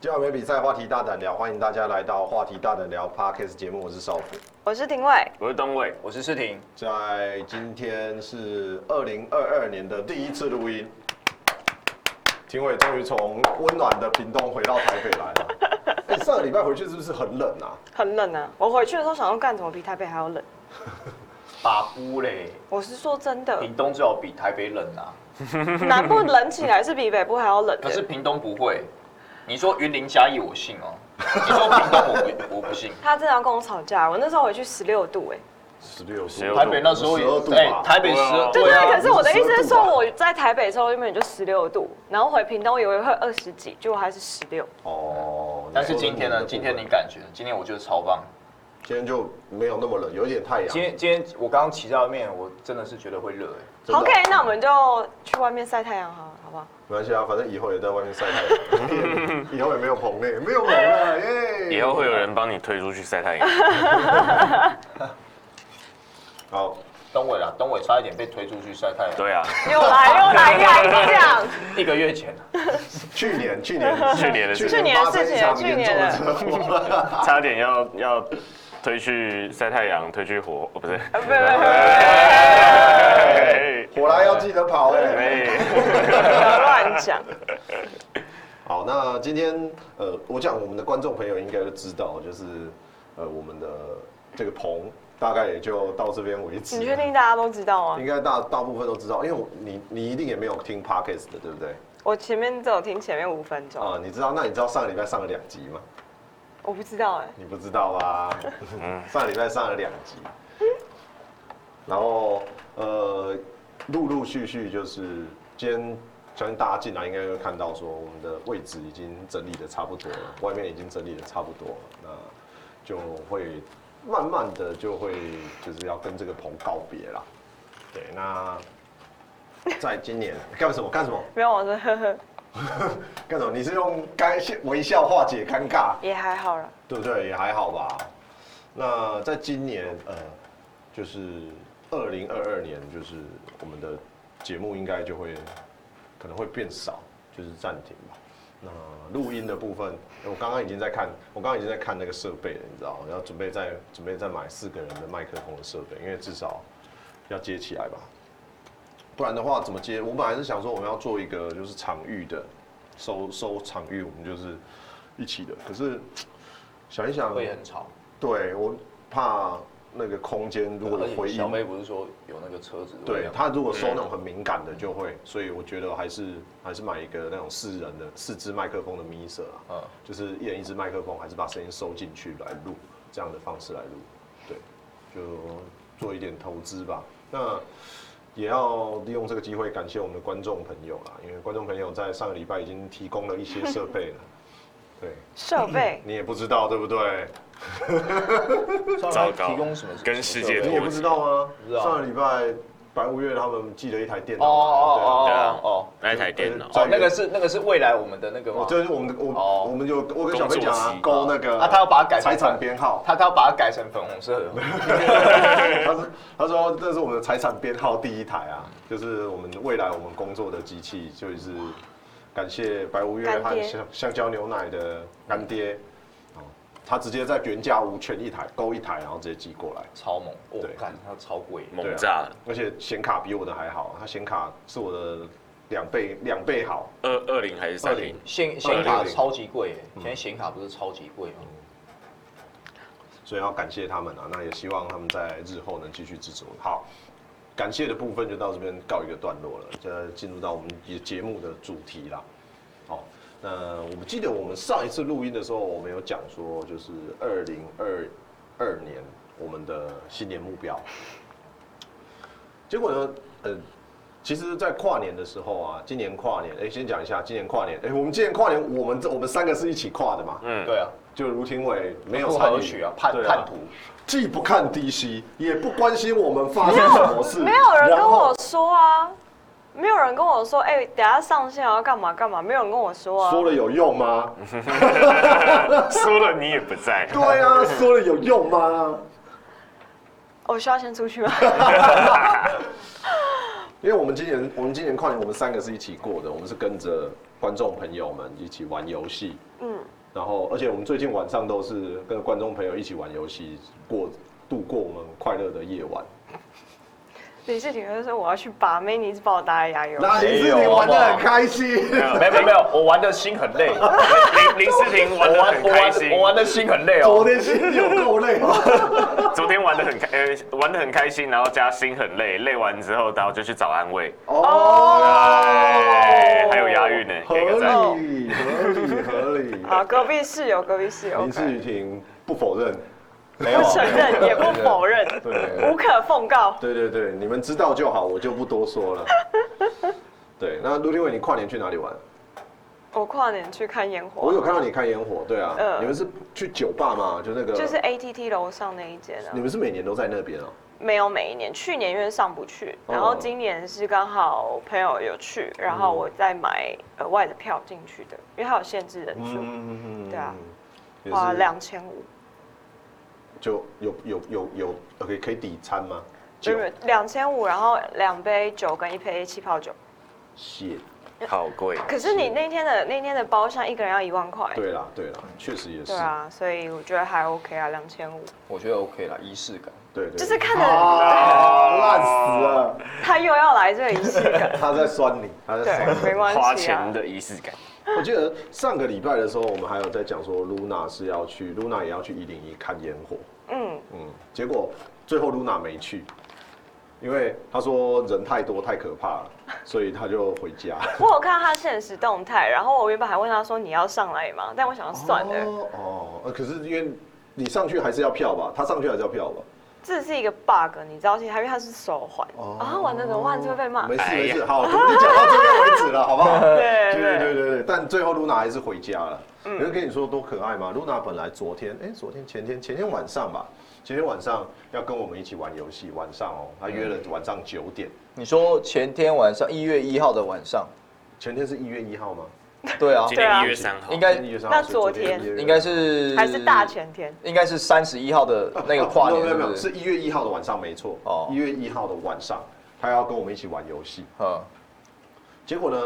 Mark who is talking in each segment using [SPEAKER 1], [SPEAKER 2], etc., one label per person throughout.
[SPEAKER 1] 今晚没比赛，话题大胆聊，欢迎大家来到话题大胆聊 Podcast 节目，我是少辅。
[SPEAKER 2] 我是廷伟，
[SPEAKER 3] 我是东伟，我是世廷，
[SPEAKER 1] 在今天是二零二二年的第一次录音，廷伟终于从温暖的屏东回到台北来了。 哎、上个礼拜回去是不是很冷啊？
[SPEAKER 2] 很冷啊！我回去的时候想要干怎么比台北还要冷？
[SPEAKER 3] 把姑嘞，
[SPEAKER 2] 我是说真的，
[SPEAKER 4] 嗯
[SPEAKER 3] 屏东最好比台北冷啊，
[SPEAKER 2] 南部冷起来是比北部还要冷
[SPEAKER 3] 可是
[SPEAKER 2] 的。
[SPEAKER 3] 屏东不会。你说云林嘉义我信哦，你说屏东我不我不信。
[SPEAKER 2] 他真的要跟我吵架，我那时候回去十六度哎、
[SPEAKER 1] 十六
[SPEAKER 4] 16
[SPEAKER 1] 度，
[SPEAKER 4] 度
[SPEAKER 3] 台北那时候
[SPEAKER 1] 十
[SPEAKER 3] 也
[SPEAKER 1] 二度
[SPEAKER 3] 哎
[SPEAKER 1] 吧。
[SPEAKER 3] 台北十
[SPEAKER 4] 对啊
[SPEAKER 2] 对对，可是我的意思是说，
[SPEAKER 1] 12度吧
[SPEAKER 2] 我在台北的时候原本就十六度，然后回屏东以为会二十几，结果还是十六。
[SPEAKER 1] 哦，
[SPEAKER 3] 但是今天呢？
[SPEAKER 1] 你说的
[SPEAKER 3] 今天
[SPEAKER 1] 冷
[SPEAKER 3] 你
[SPEAKER 1] 的部分
[SPEAKER 3] 感觉？今天我觉得超棒。
[SPEAKER 1] 今天就没有那么冷，有一点太阳。
[SPEAKER 5] 今天今天我刚刚骑在外面，我真的是觉得会热哎、
[SPEAKER 1] 真的啊
[SPEAKER 2] OK，那我们就去外面晒太阳好了，好不好？
[SPEAKER 1] 没关系啊，反正以后也在外面晒 太阳，以后也没有棚内，没有棚了耶。
[SPEAKER 4] 以后会有人帮你推出去晒太阳。
[SPEAKER 1] 好，
[SPEAKER 3] 东伟啊啦，东伟差一点被推出去晒太阳。，
[SPEAKER 4] 对啊，
[SPEAKER 2] 又来又来来讲，
[SPEAKER 3] 一个月前，啊
[SPEAKER 1] 去年去年
[SPEAKER 4] 去年的事
[SPEAKER 2] 去年的事情
[SPEAKER 1] 发生一场
[SPEAKER 2] 去
[SPEAKER 1] 严重
[SPEAKER 2] 年
[SPEAKER 1] 的
[SPEAKER 2] 的
[SPEAKER 1] 车 祸。
[SPEAKER 4] 差点要要推去晒太阳，推去火，哦不是，
[SPEAKER 2] 不不不，
[SPEAKER 4] 哎
[SPEAKER 1] 火来要记得跑哎。
[SPEAKER 4] 哎
[SPEAKER 2] 不要乱讲。
[SPEAKER 1] 好，那今天呃，我讲我们的观众朋友应该都知道，就是呃，我们的这个棚大概也就到这边为止。
[SPEAKER 2] 你确？定大家都知道 吗
[SPEAKER 1] 应？该大大部分都知道，因为我你你一定也没有听 podcast 的，对不对？
[SPEAKER 2] 我前面只有听前面五分钟，
[SPEAKER 1] 啊、你知道？那你知道上个礼拜上了两集吗？
[SPEAKER 2] 我不知道哎、
[SPEAKER 1] 你不知道吧？上礼拜上了两集，然后呃，陆陆续续就是今天相信大家进来应该会看到说，我们的位置已经整理的差不多了，外面已经整理的差不多了，那就会慢慢的就会就是要跟这个棚告别了。对，那在今年干什么？干什么？
[SPEAKER 2] 没有，我说呵呵，
[SPEAKER 1] 干什么？你是用干微笑化解尴尬？
[SPEAKER 2] 也还好啦。
[SPEAKER 1] 对不对？也还好吧。那在今年，呃，就是二零二二年，就是我们的节目应该就会可能会变少，就是暂停吧。那录音的部分，我刚刚已经在看，我刚刚已经在看那个设备了，你知道，我要准备再准备再买四个人的麦克风的设备，因为至少要接起来吧。不然的话怎么接？我本来是想说我们要做一个就是场域的收收场域，我们就是一起的。可是想一想，
[SPEAKER 3] 会很吵。
[SPEAKER 1] 对我怕那个空间如果有回
[SPEAKER 3] 而且小
[SPEAKER 1] 音，
[SPEAKER 3] 妹不是说有那个车子？
[SPEAKER 1] 对，他如果收那种很敏感的就会，所以我觉得还是还是买一个那种四人的四支麦克风的 miser 啊，
[SPEAKER 3] 嗯，
[SPEAKER 1] 就是一人一支麦克风，还是把声音收进去来录，这样的方式来录，对，就做一点投资吧。那也要利用这个机会感谢我们的观众朋友啦，因为观众朋友在上个礼拜已经提供了一些设备了，对
[SPEAKER 2] 设
[SPEAKER 1] 嗯
[SPEAKER 2] 备
[SPEAKER 1] 你也不知道对不对？
[SPEAKER 4] 糟糕
[SPEAKER 3] 提供什么？
[SPEAKER 4] 跟世界
[SPEAKER 3] 什么设备
[SPEAKER 1] 你
[SPEAKER 4] 脱
[SPEAKER 1] 也不知道吗？
[SPEAKER 3] 不知道
[SPEAKER 1] 上个礼拜白五月他们寄了一台电脑
[SPEAKER 3] 哦
[SPEAKER 1] 来，
[SPEAKER 3] 哦
[SPEAKER 4] 对
[SPEAKER 3] 哦
[SPEAKER 4] 啊
[SPEAKER 3] 哦哦，
[SPEAKER 4] 那一台电脑
[SPEAKER 1] 对，
[SPEAKER 3] 哦，那个是那个是未来我们的那个吗
[SPEAKER 1] 我？就是我们的我
[SPEAKER 3] 哦
[SPEAKER 1] 我们就我跟小飞讲啊，
[SPEAKER 4] 工作
[SPEAKER 1] 勾
[SPEAKER 4] 机
[SPEAKER 1] 那个
[SPEAKER 3] 啊他要把它改成
[SPEAKER 1] 财产编号，
[SPEAKER 3] 他他要把它改成粉红色的，
[SPEAKER 1] 他 是他说这是我们的财产编号第一台啊，就是我们未来我们工作的机器，就是感谢白无月
[SPEAKER 2] 干
[SPEAKER 1] 和
[SPEAKER 2] 爹
[SPEAKER 1] 香香蕉牛奶的干爹，
[SPEAKER 3] 嗯
[SPEAKER 1] 哦，他直接在原价无权一台勾一台，然后直接寄过来。
[SPEAKER 3] 超猛！我
[SPEAKER 1] 对
[SPEAKER 3] 看它超贵，
[SPEAKER 4] 猛
[SPEAKER 1] 对啊
[SPEAKER 4] 炸了，
[SPEAKER 1] 而且显卡比我的还好，他显卡是我的两倍两倍好，
[SPEAKER 4] 二二零还是三零？
[SPEAKER 3] 显显卡
[SPEAKER 1] 260
[SPEAKER 3] 超级贵耶，现在显卡不是超级贵吗？
[SPEAKER 1] 所以要感谢他们啊，那也希望他们在日后能继续支持我们。好，感谢的部分就到这边告一个段落了，这进入到我们节节目的主题啦。好，那我们记得我们上一次录音的时候，我们有讲说，就是二零二二年我们的新年目标。结果呢，呃，其实，在跨年的时候啊，今年跨年，哎、先讲一下今年跨年，哎、我们今年跨年，我们这我们三个是一起跨的嘛，
[SPEAKER 4] 嗯，
[SPEAKER 3] 对啊，
[SPEAKER 1] 就卢廷伟没有
[SPEAKER 3] 不
[SPEAKER 1] 参
[SPEAKER 3] 合
[SPEAKER 1] 与
[SPEAKER 3] 曲啊，叛
[SPEAKER 1] 嗯对
[SPEAKER 3] 叛徒，
[SPEAKER 1] 既不看 DC，也不关心我们发生什么事，
[SPEAKER 2] 没有人
[SPEAKER 1] 然
[SPEAKER 2] 跟
[SPEAKER 1] 后
[SPEAKER 2] 我说啊，没有人跟我说，哎、等下上线要干嘛干嘛，没有人跟我说啊。
[SPEAKER 1] 说了有用吗？
[SPEAKER 4] 说了你也不在，
[SPEAKER 1] 对啊，说了有用吗？
[SPEAKER 2] 我需要先出去吗？
[SPEAKER 1] 因为我们今年我们今年跨年我们三个是一起过的，我们是跟着观众朋友们一起玩游戏，
[SPEAKER 2] 嗯，
[SPEAKER 1] 然后而且我们最近晚上都是跟观众朋友一起玩游戏过度过我们快乐的夜晚。
[SPEAKER 2] 李世廷就说我要去把妹，你一直把我打得牙油。
[SPEAKER 1] 那你自己玩的很开心，
[SPEAKER 3] 没有没有没有，我玩的心很累，我
[SPEAKER 4] 林林世廷玩的很
[SPEAKER 3] 玩我
[SPEAKER 4] 开
[SPEAKER 3] 玩
[SPEAKER 4] 心
[SPEAKER 3] 我，玩的心很累
[SPEAKER 1] 昨
[SPEAKER 3] 哦。
[SPEAKER 1] 天心情有够累吗？
[SPEAKER 2] 哦
[SPEAKER 4] 昨天玩的很开，呃，玩的很开心，然后加心很累，累完之后，然后就去找安慰，哎，还有押韵呢，
[SPEAKER 1] 哦合
[SPEAKER 4] 给个赞。
[SPEAKER 1] 理，合理，合理。
[SPEAKER 2] 好，隔壁室友，隔壁室友
[SPEAKER 1] 林，志宇婷不否认，
[SPEAKER 5] 没有
[SPEAKER 3] 啊
[SPEAKER 2] 不承认也不否认，无
[SPEAKER 1] 对，
[SPEAKER 2] 可奉告。
[SPEAKER 1] 对对对，你们知道就好，我就不多说了。对，那陆定伟，你跨年去哪里玩？
[SPEAKER 2] 我跨年去看烟
[SPEAKER 1] 我
[SPEAKER 2] 火，
[SPEAKER 1] 有看到你看烟火，对啊，
[SPEAKER 2] 嗯
[SPEAKER 1] 你们是去酒吧吗？就那个，
[SPEAKER 2] 就是 ATT 楼上那一间啊
[SPEAKER 1] 你。们是每年都在那边哦、
[SPEAKER 2] 没有每一年，去年因为上不去，
[SPEAKER 1] 哦
[SPEAKER 2] 然后今年是刚好朋友有去，然后我再买额外的票进去的，因为它有限制人数，
[SPEAKER 1] 嗯，
[SPEAKER 2] 对啊，
[SPEAKER 1] 也是
[SPEAKER 2] 花两千五，
[SPEAKER 1] 就有有有有，OK，可以抵餐吗？
[SPEAKER 2] 就
[SPEAKER 1] 酒
[SPEAKER 2] 是两千五，然后两杯酒跟一杯气泡酒。
[SPEAKER 1] 谢，
[SPEAKER 4] 好贵，
[SPEAKER 2] 可是你那天的那天的包厢一个人要一万块，
[SPEAKER 1] 对啦对啦，确实也是
[SPEAKER 2] 对，啊，所以我觉得还 OK 啊，两千五，
[SPEAKER 5] 我觉得 OK 啦，仪式感。
[SPEAKER 1] 对对，
[SPEAKER 2] 就
[SPEAKER 1] 对
[SPEAKER 2] 是看着
[SPEAKER 5] 啊，烂死了！
[SPEAKER 2] 他又要来这里仪式 感，
[SPEAKER 1] 他在酸你，他在酸
[SPEAKER 2] 对
[SPEAKER 1] 你，。
[SPEAKER 2] 没关系、啊，
[SPEAKER 4] 花钱的仪式感。
[SPEAKER 1] 我记得上个礼拜的时候，我们还有在讲说，Luna 是要去，Luna 也要去一零一看烟火。
[SPEAKER 2] 嗯，
[SPEAKER 1] 嗯，结果最后 Luna 没去，因为她说人太多太可怕了，所以她就回家。
[SPEAKER 2] 我有看他现实动态，然后我原本还问他说你要上来吗？但我想说算了，
[SPEAKER 1] 哦哦，呃可是因为你上去还是要票吧？她上去还是要票吧？
[SPEAKER 2] 这是一个 bug，你知道，其实它因为它是手环，
[SPEAKER 1] 哦
[SPEAKER 2] 然后玩的怎么玩就会被骂
[SPEAKER 1] 没。事
[SPEAKER 4] 哎
[SPEAKER 1] 没
[SPEAKER 4] 呀
[SPEAKER 1] 事，好，我们就讲到这边为止了，好不好？
[SPEAKER 2] 对
[SPEAKER 1] 对对对对，但最后露娜还是回家了。
[SPEAKER 5] 嗯
[SPEAKER 1] 有人跟你说多可爱吗？露娜本来昨天，哎、昨天前天前天晚上吧，前天晚上要跟我们一起玩游戏，晚上哦，她约
[SPEAKER 5] 嗯
[SPEAKER 1] 了晚上九点。
[SPEAKER 5] 你说前天晚上一月一号的晚上，
[SPEAKER 1] 前天是一月一号吗？
[SPEAKER 5] 对啊，
[SPEAKER 4] 今
[SPEAKER 2] 对啊
[SPEAKER 4] 天一月三号
[SPEAKER 5] 应，该
[SPEAKER 1] 1月3号
[SPEAKER 2] 那
[SPEAKER 1] 所以
[SPEAKER 2] 昨
[SPEAKER 1] 天
[SPEAKER 2] 天
[SPEAKER 5] 应该是
[SPEAKER 2] 还是大，前天，
[SPEAKER 5] 应该是三十一号的那个跨年，
[SPEAKER 1] 没有没有
[SPEAKER 5] 是
[SPEAKER 1] 没
[SPEAKER 5] 不
[SPEAKER 1] 有，是
[SPEAKER 5] 是？
[SPEAKER 1] 一月一号的晚上没错。哦
[SPEAKER 5] 哦，
[SPEAKER 1] 一月一号的晚上，她要跟我们一起玩游戏，
[SPEAKER 5] 嗯，
[SPEAKER 1] 结果呢？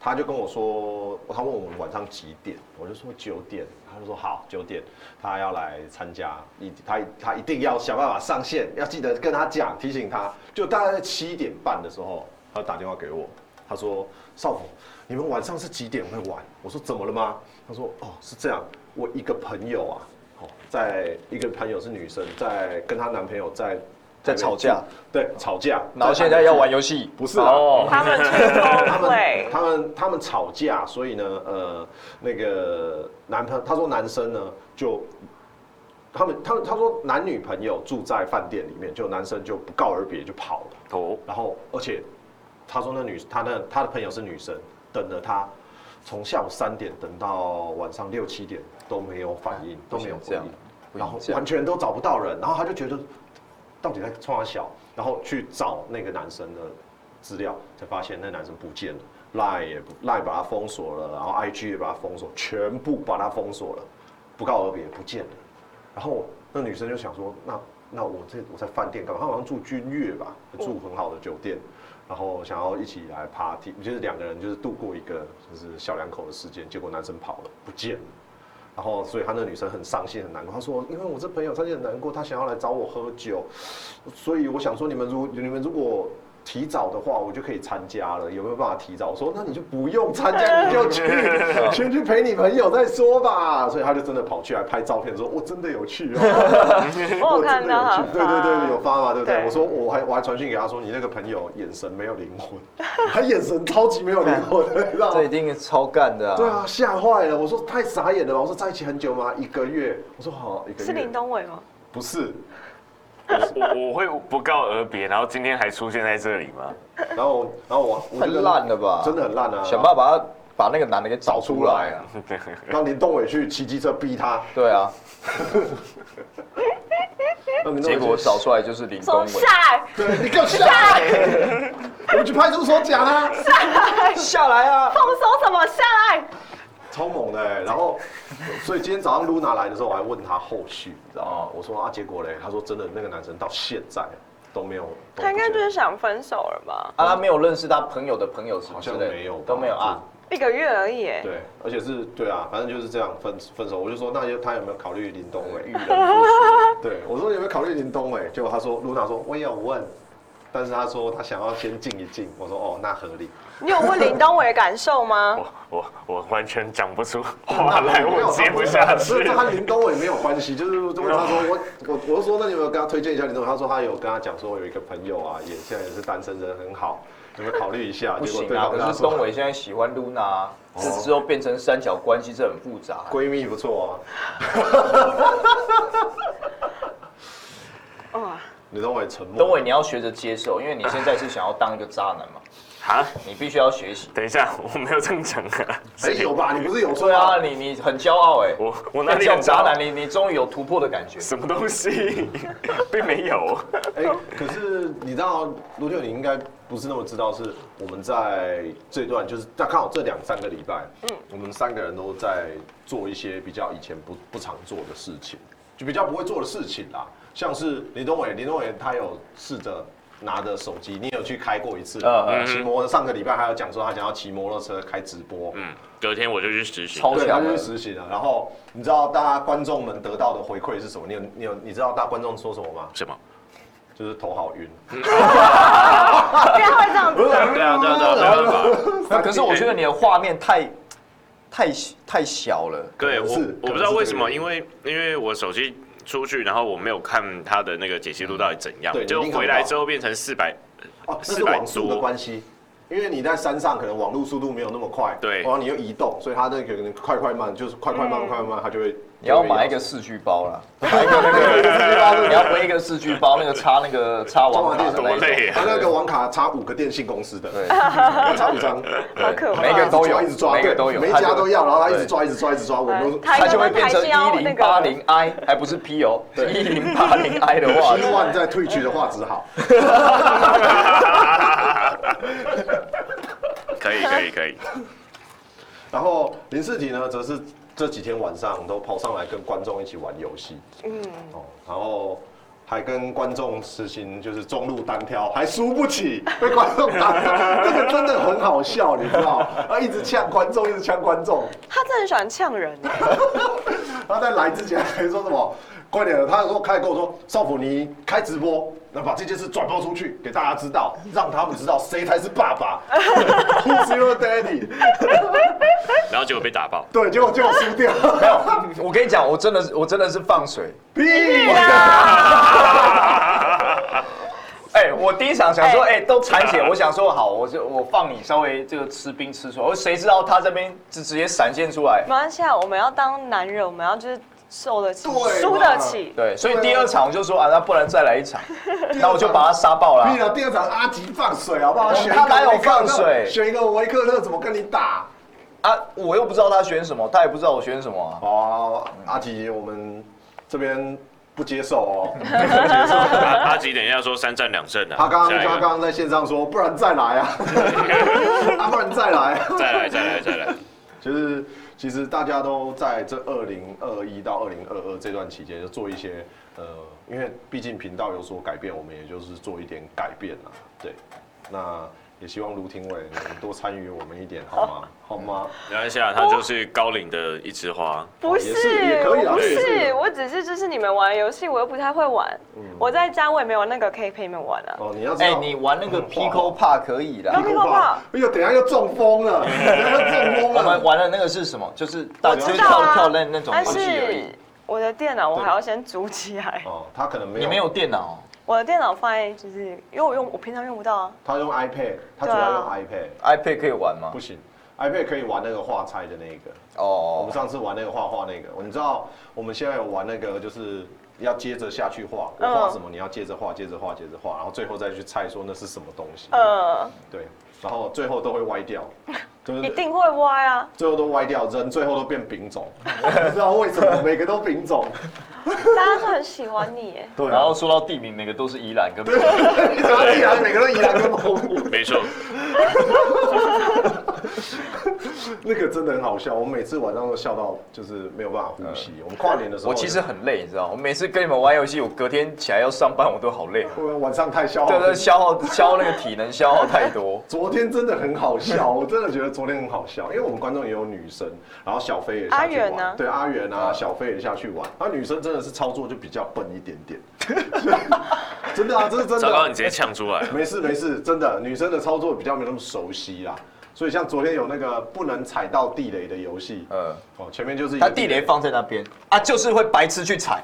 [SPEAKER 1] 她就跟我说，她问我们晚上几点，我就说九点，她就说好九点，她要来参加，一她她一定要想办法上线，要记得跟她讲，提醒她。就大概在七点半的时候，她打电话给我，她说少辅，你们晚上是几点会玩？我说怎么了吗？她说哦是这样，我一个朋友啊，哦，在一个朋友是女生，在跟她男朋友在
[SPEAKER 5] 在吵架，
[SPEAKER 1] 对吵架，
[SPEAKER 5] 然后现在要玩
[SPEAKER 1] 游
[SPEAKER 5] 游戏，
[SPEAKER 1] 不是啊，
[SPEAKER 3] 哦
[SPEAKER 2] 他们去
[SPEAKER 1] 哦他
[SPEAKER 2] 偷
[SPEAKER 1] 们
[SPEAKER 2] 会，
[SPEAKER 1] 他们他们吵架，所以呢，呃，那个男朋他说男生呢就。他们，他们他说男女朋友住在饭店里面，就男生就不告而别就跑了，
[SPEAKER 4] 头
[SPEAKER 1] 然后而且他说那女他那他的朋友是女生，等了他从下午三点等到晚上六七点都没有反应，都没有
[SPEAKER 5] 不行这
[SPEAKER 1] 回
[SPEAKER 5] 样
[SPEAKER 1] 应，
[SPEAKER 5] 不行
[SPEAKER 1] 然后
[SPEAKER 5] 这样
[SPEAKER 1] 完全都找不到人，然后他就觉得到底在冲他小，然后去找那个男生的资料，才发现那男生不见了，Line 也不 Line 把他封锁了，然后 IG 也把他封锁，全部把他封锁了，不告而别不见了。然后那女生就想说，那那我这我在饭店干嘛？她好像住君悦吧，住很好的酒店，然后想要一起来 party，就是两个人就是度过一个就是小两口的时间，结果男生跑了不见了。然后，所以她那女生很伤心，很难过。她说：“因为我这朋友，她也很难过，她想要来找我喝酒，所以我想说，你们如你们如果提早的话，我就可以参加了，有没有办法提早？”我说：“那你就不用参加，你就去， 先去陪你朋友再说吧。”所以她就真的跑去来拍照片，说：“我真的有 去哦，
[SPEAKER 2] 我有
[SPEAKER 1] 真
[SPEAKER 2] 看
[SPEAKER 1] 的
[SPEAKER 2] 到他
[SPEAKER 1] 有去。”对对对，有
[SPEAKER 2] 发，
[SPEAKER 1] 发嘛，对不对？
[SPEAKER 2] 对
[SPEAKER 1] 我说我还我还传讯给她说：“你那个朋友眼神没有灵魂，他眼神超级没有灵魂的，你知道吗
[SPEAKER 5] 这一？”定超干的啊！
[SPEAKER 1] 对啊，吓坏了！我说太傻眼了吧！我说在一起很久吗？一个月。我说好，一个月。
[SPEAKER 2] 是林东伟吗？
[SPEAKER 1] 不是。
[SPEAKER 4] 我我会不告而别，然后今天还出现在这里吗？
[SPEAKER 1] 然后我，然后我，我
[SPEAKER 5] 太
[SPEAKER 1] 就跟
[SPEAKER 5] 烂了吧
[SPEAKER 1] 真的很烂啊！
[SPEAKER 5] 想办法把那个男的给找出来啊！
[SPEAKER 1] 让林东伟去骑机车逼他，
[SPEAKER 5] 对啊，
[SPEAKER 1] 让林东伟
[SPEAKER 5] 结
[SPEAKER 1] 去
[SPEAKER 5] 果找出来就是林东
[SPEAKER 2] 说
[SPEAKER 5] 伟
[SPEAKER 2] 下。来，
[SPEAKER 1] 对你给我下 来！我们去派出所讲啊！
[SPEAKER 5] 下来啊！
[SPEAKER 2] 放手什么下来？
[SPEAKER 1] 超猛的、欸。然后，所以今天早上 Luna 来的时候，我还问他后续，你知道吗？我说啊，结果嘞？他说真的，那个男生到现在都没有。都不
[SPEAKER 2] 他应该
[SPEAKER 1] 见
[SPEAKER 2] 就是想分手了吧？
[SPEAKER 5] 啊，他没有认识他朋友的朋友什么
[SPEAKER 1] 好
[SPEAKER 5] 之
[SPEAKER 1] 像
[SPEAKER 5] 类的，
[SPEAKER 1] 没有吧
[SPEAKER 5] 都没有啊。
[SPEAKER 2] 一个月而已，哎
[SPEAKER 1] 对，而且是对啊，反正就是这样分分手。我就说那就他有没有考虑林东伟？ 遇人不淑对，我说你有没有考虑林东伟？结果他说露娜说我也有问，但是他说他想要先静一静。我说哦，那合理。
[SPEAKER 2] 你有问林东伟的感 受吗？
[SPEAKER 4] 我我我完全讲不出话来，我接不下去
[SPEAKER 1] 这。啊这 和林东伟没有关系，就是就问他说我我我就说那你有没有跟他推荐一下林东伟？他说他有跟他讲说有一个朋友啊，也现在也是单身人很好，有没有考虑一下？
[SPEAKER 5] 不
[SPEAKER 1] 结果
[SPEAKER 5] 行
[SPEAKER 1] 对哦
[SPEAKER 5] 啊！
[SPEAKER 1] 方跟
[SPEAKER 5] 可
[SPEAKER 1] 他
[SPEAKER 5] 是东
[SPEAKER 1] 说
[SPEAKER 5] 伟现在喜欢露娜，这之后变成三角关系，这很复杂。
[SPEAKER 1] 闺蜜不错啊，
[SPEAKER 2] 哇，
[SPEAKER 1] 林东伟沉默。
[SPEAKER 5] 东伟，你要学着接受，因为你现在是想要当一个渣男嘛，
[SPEAKER 4] 啊，
[SPEAKER 5] 你必须要学习。
[SPEAKER 4] 等一下，我没有这样讲啊。
[SPEAKER 1] 哎有吧？你不是有说
[SPEAKER 5] 对啊，你你很骄傲哎、
[SPEAKER 4] 我我哪
[SPEAKER 5] 那
[SPEAKER 4] 里
[SPEAKER 5] 叫
[SPEAKER 4] 很
[SPEAKER 5] 渣
[SPEAKER 4] 渣
[SPEAKER 5] 男，
[SPEAKER 4] 男？
[SPEAKER 5] 你你终于有突破的感觉。
[SPEAKER 4] 什么东西？ 并没有。
[SPEAKER 1] 哎、可是你知道，卢六，你应该不是那么知道，是我们在这段，就是大刚好这两三个礼拜，嗯，我们三个人都在做一些比较以前不不常做的事情，就比较不会做的事情啦，像是林东伟，林东伟他有试着。拿着手机，你有去开过一次？
[SPEAKER 5] 嗯
[SPEAKER 1] 呃，骑摩托上个礼拜还有讲说他想要骑摩托车开直播，
[SPEAKER 4] 嗯，隔天我就去实行。
[SPEAKER 5] 超
[SPEAKER 1] 对，他
[SPEAKER 5] 强
[SPEAKER 1] 就
[SPEAKER 5] 的
[SPEAKER 1] 是，实行啊了。然后你知道大家观众们得到的回馈是什么？你有你有你知道大观众说什么吗？
[SPEAKER 4] 什么？
[SPEAKER 1] 就是头好晕。
[SPEAKER 2] 竟然会这样子，
[SPEAKER 4] 对啊对啊对啊，没办法。
[SPEAKER 5] 可是我觉得你的画面太太太小了。
[SPEAKER 4] 对
[SPEAKER 1] 可能
[SPEAKER 4] 我
[SPEAKER 1] 是
[SPEAKER 4] 我不
[SPEAKER 1] 可
[SPEAKER 4] 知
[SPEAKER 1] 能是
[SPEAKER 4] 道
[SPEAKER 1] 这个
[SPEAKER 4] 为什么，
[SPEAKER 1] 原因
[SPEAKER 4] 因为因为我手机出去，然后我没有看它的那个解析度到底怎样
[SPEAKER 1] 嗯对，
[SPEAKER 4] 就
[SPEAKER 1] 你一定看不
[SPEAKER 4] 回来
[SPEAKER 1] 到
[SPEAKER 4] 之后变成 四百。
[SPEAKER 1] 哦，那是
[SPEAKER 4] 400
[SPEAKER 1] 网速的
[SPEAKER 4] 多
[SPEAKER 1] 关系，因为你在山上可能网络速度没有那么快，
[SPEAKER 4] 对
[SPEAKER 1] 然后你又移动，所以它那个可能快快慢，就是快快慢快快慢，它就会。
[SPEAKER 5] 你要买一
[SPEAKER 1] 就
[SPEAKER 5] 个
[SPEAKER 1] 会
[SPEAKER 5] 四 G 包啦，买一个那个，你要背一个四 G 包，那个插那个插网卡的那
[SPEAKER 4] 多
[SPEAKER 5] 一种
[SPEAKER 4] 累
[SPEAKER 1] 移动，
[SPEAKER 4] 啊！
[SPEAKER 1] 它那个网卡插五个电信公司的，
[SPEAKER 5] 对，
[SPEAKER 1] 插五 张，
[SPEAKER 2] 好可怕。
[SPEAKER 5] 每个都有
[SPEAKER 1] 一直抓，
[SPEAKER 5] 每个都有
[SPEAKER 1] 每一家
[SPEAKER 5] 它就
[SPEAKER 1] 都要，然后它一直
[SPEAKER 5] 对
[SPEAKER 1] 抓，一直抓，一直抓，我们都
[SPEAKER 2] 它
[SPEAKER 5] 它就会变成一零八零 i，还不是 P 哦，是一零八零 i 的话，
[SPEAKER 1] 一万在退去的话只好。
[SPEAKER 4] 可以可以可以，
[SPEAKER 1] 然后林世廷呢，则是这几天晚上都跑上来跟观众一起玩游戏，嗯，哦，然后还跟观众实行就是中路单挑，还输不起，被观众打，这个真的很好笑，你知道？啊，一直呛观众，一直呛观众，
[SPEAKER 2] 他真的很喜欢呛人欸耶，
[SPEAKER 1] 然后在来之前还说什么？快点了！他说开始跟我说，少辅你开直播，那把这件事转播出去给大家知道，让他们知道谁才是爸爸，Who's your daddy？
[SPEAKER 4] 然后结果被打 爆。
[SPEAKER 1] 对，结果结果输掉，
[SPEAKER 5] 没有，我跟你讲，我真的是我真的是放水。
[SPEAKER 1] 屁呀、
[SPEAKER 5] 哎、我第一场想说，
[SPEAKER 2] 哎
[SPEAKER 5] 哎、都残血，我想说好，我就我放你稍微这个吃冰吃出来，我谁知道他这边直直接闪现出来
[SPEAKER 2] 没。关系啊，我们要当男人，我们要就是受得起
[SPEAKER 1] 对嘛，
[SPEAKER 2] 输得起。
[SPEAKER 5] 对，所以第二场我就说啊，那不然再来一场，那我就把他杀爆了
[SPEAKER 1] 屁。了，第二场阿吉放水好不好？选一
[SPEAKER 5] 啊哦
[SPEAKER 1] 个
[SPEAKER 5] 他哪有
[SPEAKER 1] 维克
[SPEAKER 5] 放
[SPEAKER 1] 特
[SPEAKER 5] 水
[SPEAKER 1] 选一个维克特怎么跟你打？
[SPEAKER 5] 啊，我又不知道他选什么，他也不知道我选什么啊。
[SPEAKER 1] 哦，阿吉，我们这边不接受哦。
[SPEAKER 4] 阿阿吉等一下说三战两胜啊，
[SPEAKER 1] 他刚刚
[SPEAKER 4] 下一
[SPEAKER 1] 他
[SPEAKER 4] 个
[SPEAKER 1] 刚刚在线上说，不然再来啊，啊，不然再来啊。
[SPEAKER 4] 再来再来再来，
[SPEAKER 1] 就是其实大家都在这二零二一到二零二二这段期间，就做一些呃，因为毕竟频道有所改变，我们也就是做一点改变啦。对，那也希望卢廷伟能多参与我们一点，好吗？好吗？
[SPEAKER 4] 没关系啊，他就是高岭的一枝花。
[SPEAKER 2] 不
[SPEAKER 1] 也是也
[SPEAKER 2] 是，
[SPEAKER 1] 可以啦
[SPEAKER 2] 我不
[SPEAKER 1] 也是
[SPEAKER 2] 是，我只是就是你们玩游戏，我又不太会玩。我在家我也没有那个可以陪你们玩啊。
[SPEAKER 1] 哦，你要知道
[SPEAKER 5] 哎、你玩那个
[SPEAKER 1] 嗯
[SPEAKER 5] Pico Park 可以啦
[SPEAKER 2] 那，Pico Park
[SPEAKER 1] 哎呦，等一下又中风了，等一下又中风
[SPEAKER 5] 我们
[SPEAKER 1] 了。
[SPEAKER 5] 玩的那个是什么？就是大
[SPEAKER 1] 我
[SPEAKER 5] 就
[SPEAKER 1] 知
[SPEAKER 5] 是
[SPEAKER 1] 道
[SPEAKER 5] 跳
[SPEAKER 2] 啊
[SPEAKER 5] 跳那那种
[SPEAKER 2] 但
[SPEAKER 5] 游戏而已
[SPEAKER 2] 是。我的电脑我还要先组起来，
[SPEAKER 1] 哦，他可能没有，
[SPEAKER 5] 你没有电脑
[SPEAKER 2] 我的电脑放在就是因为我用我平常用不到啊。
[SPEAKER 1] 他用 iPad，他主要用
[SPEAKER 2] 对啊
[SPEAKER 1] iPad，、
[SPEAKER 5] ，iPad 可以玩吗
[SPEAKER 1] 不？行，iPad 可以玩那个画猜的那一个。我
[SPEAKER 5] 哦
[SPEAKER 1] 们，上次玩那个画画那个，你知道我们现在有玩那个就是要接着下去画，我
[SPEAKER 2] 嗯
[SPEAKER 1] 画什么你要接着画，接着画，接着画，然后最后再去猜说那是什么东西。
[SPEAKER 2] 呃，
[SPEAKER 1] 对，然后最后都会歪 掉，就是
[SPEAKER 2] 一定会歪啊。
[SPEAKER 1] 最后都歪掉，人最后都变丙种， 不知道为什么每个都丙种。，
[SPEAKER 2] 大家都很喜欢你耶
[SPEAKER 1] 对啊，
[SPEAKER 5] 然后说到地名，每个都是宜兰跟。
[SPEAKER 1] 你怎么依然每个都依然跟澎湖？
[SPEAKER 4] 没错，
[SPEAKER 1] 那个真的很好笑，我每次晚上都笑到就是没有办法呼吸。我们跨年的时候，
[SPEAKER 5] 嗯我其实很累，你知道，我每次跟你们玩游戏，我隔天起来要上班，我都好累。
[SPEAKER 1] 我晚上太消耗
[SPEAKER 5] 对
[SPEAKER 1] 了。
[SPEAKER 5] 对，。消耗消耗那个体能消耗太多
[SPEAKER 1] 昨天真的很好笑， 我真的觉得昨天很好笑，因为我们观众也有女生，然后小飞也下去
[SPEAKER 2] 阿
[SPEAKER 1] 玩，
[SPEAKER 2] 元呢
[SPEAKER 1] 对阿元啊，小飞也下去玩，啊，女生真的是操作就比较笨一点点， 真的啊，这是真
[SPEAKER 4] 糟糕，你
[SPEAKER 1] 的，
[SPEAKER 4] 直接呛出来了。
[SPEAKER 1] 没事没事，真的，女生的操作比较没那么熟悉啦，所以像昨天有那个不能踩到地雷的游戏，
[SPEAKER 5] 嗯，
[SPEAKER 1] 哦，前面就是一个
[SPEAKER 5] 他地雷放在那边啊，就是会白痴去踩，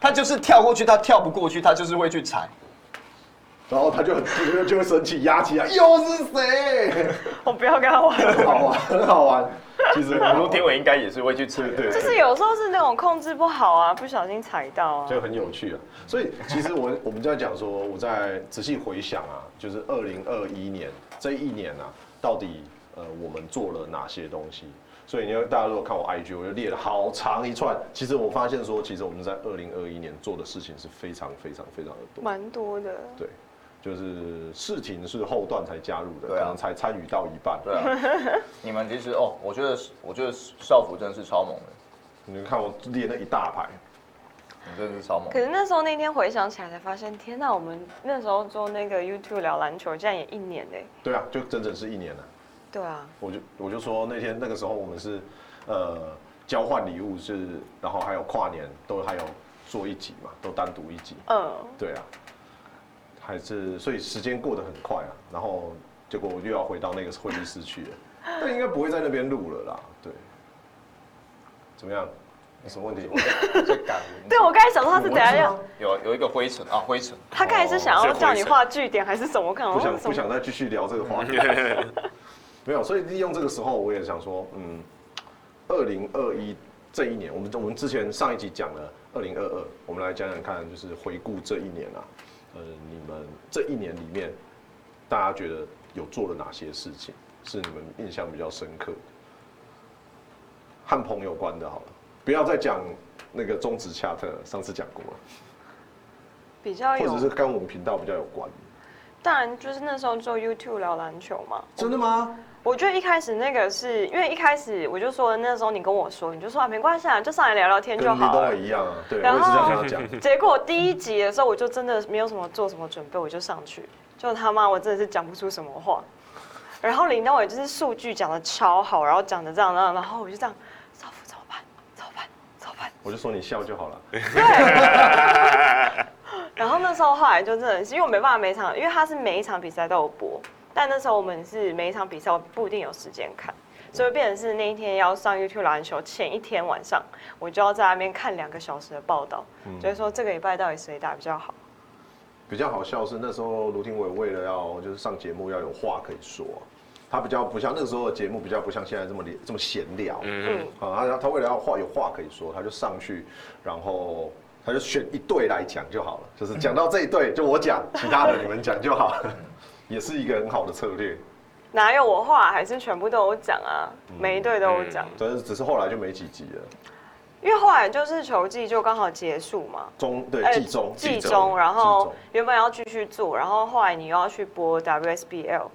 [SPEAKER 5] 他就是跳过去，他跳不过去，他就是会去踩。
[SPEAKER 1] 然后他就很就会生气，压起来，又是谁？
[SPEAKER 2] 我不要跟他玩。
[SPEAKER 1] 很好玩，很好 玩，其实很好
[SPEAKER 5] 卢
[SPEAKER 1] 玩
[SPEAKER 5] 天伟应该也是会去踩
[SPEAKER 1] 对
[SPEAKER 5] 的。
[SPEAKER 1] 对，对
[SPEAKER 2] 就是有时候是那种控制不好啊，不小心踩到啊。
[SPEAKER 1] 就很有趣啊。所以其实我我们就在讲说，我在仔细回想啊，就是二零二一年这一年啊，到底呃我们做了哪些东西？所以你要大家如果看我 IG，我就列了好长一串。其实我发现说，其实我们在二零二一年做的事情是非常非常非常的多。
[SPEAKER 2] 蛮多的，
[SPEAKER 1] 对，就是事情是后段才加入的，
[SPEAKER 5] 对啊
[SPEAKER 1] 可能才参与到一半。
[SPEAKER 5] 对啊，你们其实哦，我觉得我觉得少辅真的是超猛的，
[SPEAKER 1] 你看我列那一大排，
[SPEAKER 5] 你真的是超猛
[SPEAKER 2] 可。是那时候那天回想起来才发现，天哪！我们那时候做那个 YouTube 聊篮球，竟然也一年嘞、
[SPEAKER 1] 对啊，就整整是一年了、
[SPEAKER 2] 对啊，
[SPEAKER 1] 我就我就说那天那个时候我们是呃交换礼物是，然后还有跨年都还有做一集嘛，都单独一集。
[SPEAKER 2] 嗯，
[SPEAKER 1] 对啊，还是所以时间过得很快啊，然后结果我又要回到那个会议室去了， 但应该不会在那边录了啦。对，怎么样？有什么问题？
[SPEAKER 5] 这感觉
[SPEAKER 2] 对，我刚才想说他是等下
[SPEAKER 1] 我哦
[SPEAKER 2] 要
[SPEAKER 1] 问，
[SPEAKER 5] 有有一个灰尘啊，灰尘。
[SPEAKER 2] 他刚才是想要叫你画句点还是什么？我看
[SPEAKER 1] 不
[SPEAKER 2] 好像
[SPEAKER 1] 想
[SPEAKER 2] 哦什么
[SPEAKER 1] 不想再继续聊这个话题。没有，所以利用这个时候，我也想说，嗯，二零二一这一年，我们我们之前上一集讲了二零二二，我们来讲讲看，就是回顾这一年啊，呃，你们这一年里面，大家觉得有做了哪些事情是你们印象比较深刻的？和朋友关的好了，不要再讲那个终止洽特了，上次讲过了，
[SPEAKER 2] 比较
[SPEAKER 1] 或者是
[SPEAKER 2] 有，
[SPEAKER 1] 跟我们频道比较有关。
[SPEAKER 2] 当然就是那时候做 YouTube 聊篮球嘛。
[SPEAKER 1] 真的吗？
[SPEAKER 2] 我觉得一开始那个是因为一开始我就说那时候你跟我说，你就说啊没关系啊，就上来聊聊天
[SPEAKER 1] 跟
[SPEAKER 2] 就
[SPEAKER 1] 林
[SPEAKER 2] 好
[SPEAKER 1] 东
[SPEAKER 2] 了
[SPEAKER 1] 伟。一样啊，对，我也
[SPEAKER 2] 然
[SPEAKER 1] 是这样
[SPEAKER 2] 后
[SPEAKER 1] 跟他讲。
[SPEAKER 2] 结果第一集的时候，我就真的没有什么做什么准备，我就上去，就他妈我真的是讲不出什么话。然后林东伟就是数据讲的超好，然后讲的这样，然后然后我就这样，少辅怎么办？怎么办？怎么办？
[SPEAKER 1] 我就说你笑就好了。
[SPEAKER 2] 对。 然后那时候后来就真的是，因为我没办法每一场，因为他是每一场比赛都有播，但那时候我们是每一场比赛我不一定有时间看，所以变成是那一天要上 YouTube 篮球前一天晚上，我就要在那边看两个小时的报道，就是说这个礼拜到底谁打比较好。
[SPEAKER 1] 比较好笑是那时候卢廷伟为了要就是上节目要有话可以说，他比较不像那个时候的节目比较不像现在这么聊这么闲聊，嗯啊，他他为了要话有话可以说，他就上去，然后他就选一队来讲就好了，就是讲到这一队就我讲，其他的你们讲就好了， 也是一个很好的策略。
[SPEAKER 2] 哪有我话还是全部都有讲啊，每一队都有讲，
[SPEAKER 1] 但是只是后来就没几集了，
[SPEAKER 2] 因为后来就是球季就刚好结束嘛，
[SPEAKER 1] 中对
[SPEAKER 2] 哎
[SPEAKER 1] 季中
[SPEAKER 2] 季中，然
[SPEAKER 1] 季
[SPEAKER 2] 后
[SPEAKER 1] 中
[SPEAKER 2] 原本要继续做，然后后来你又要去播 WSBL，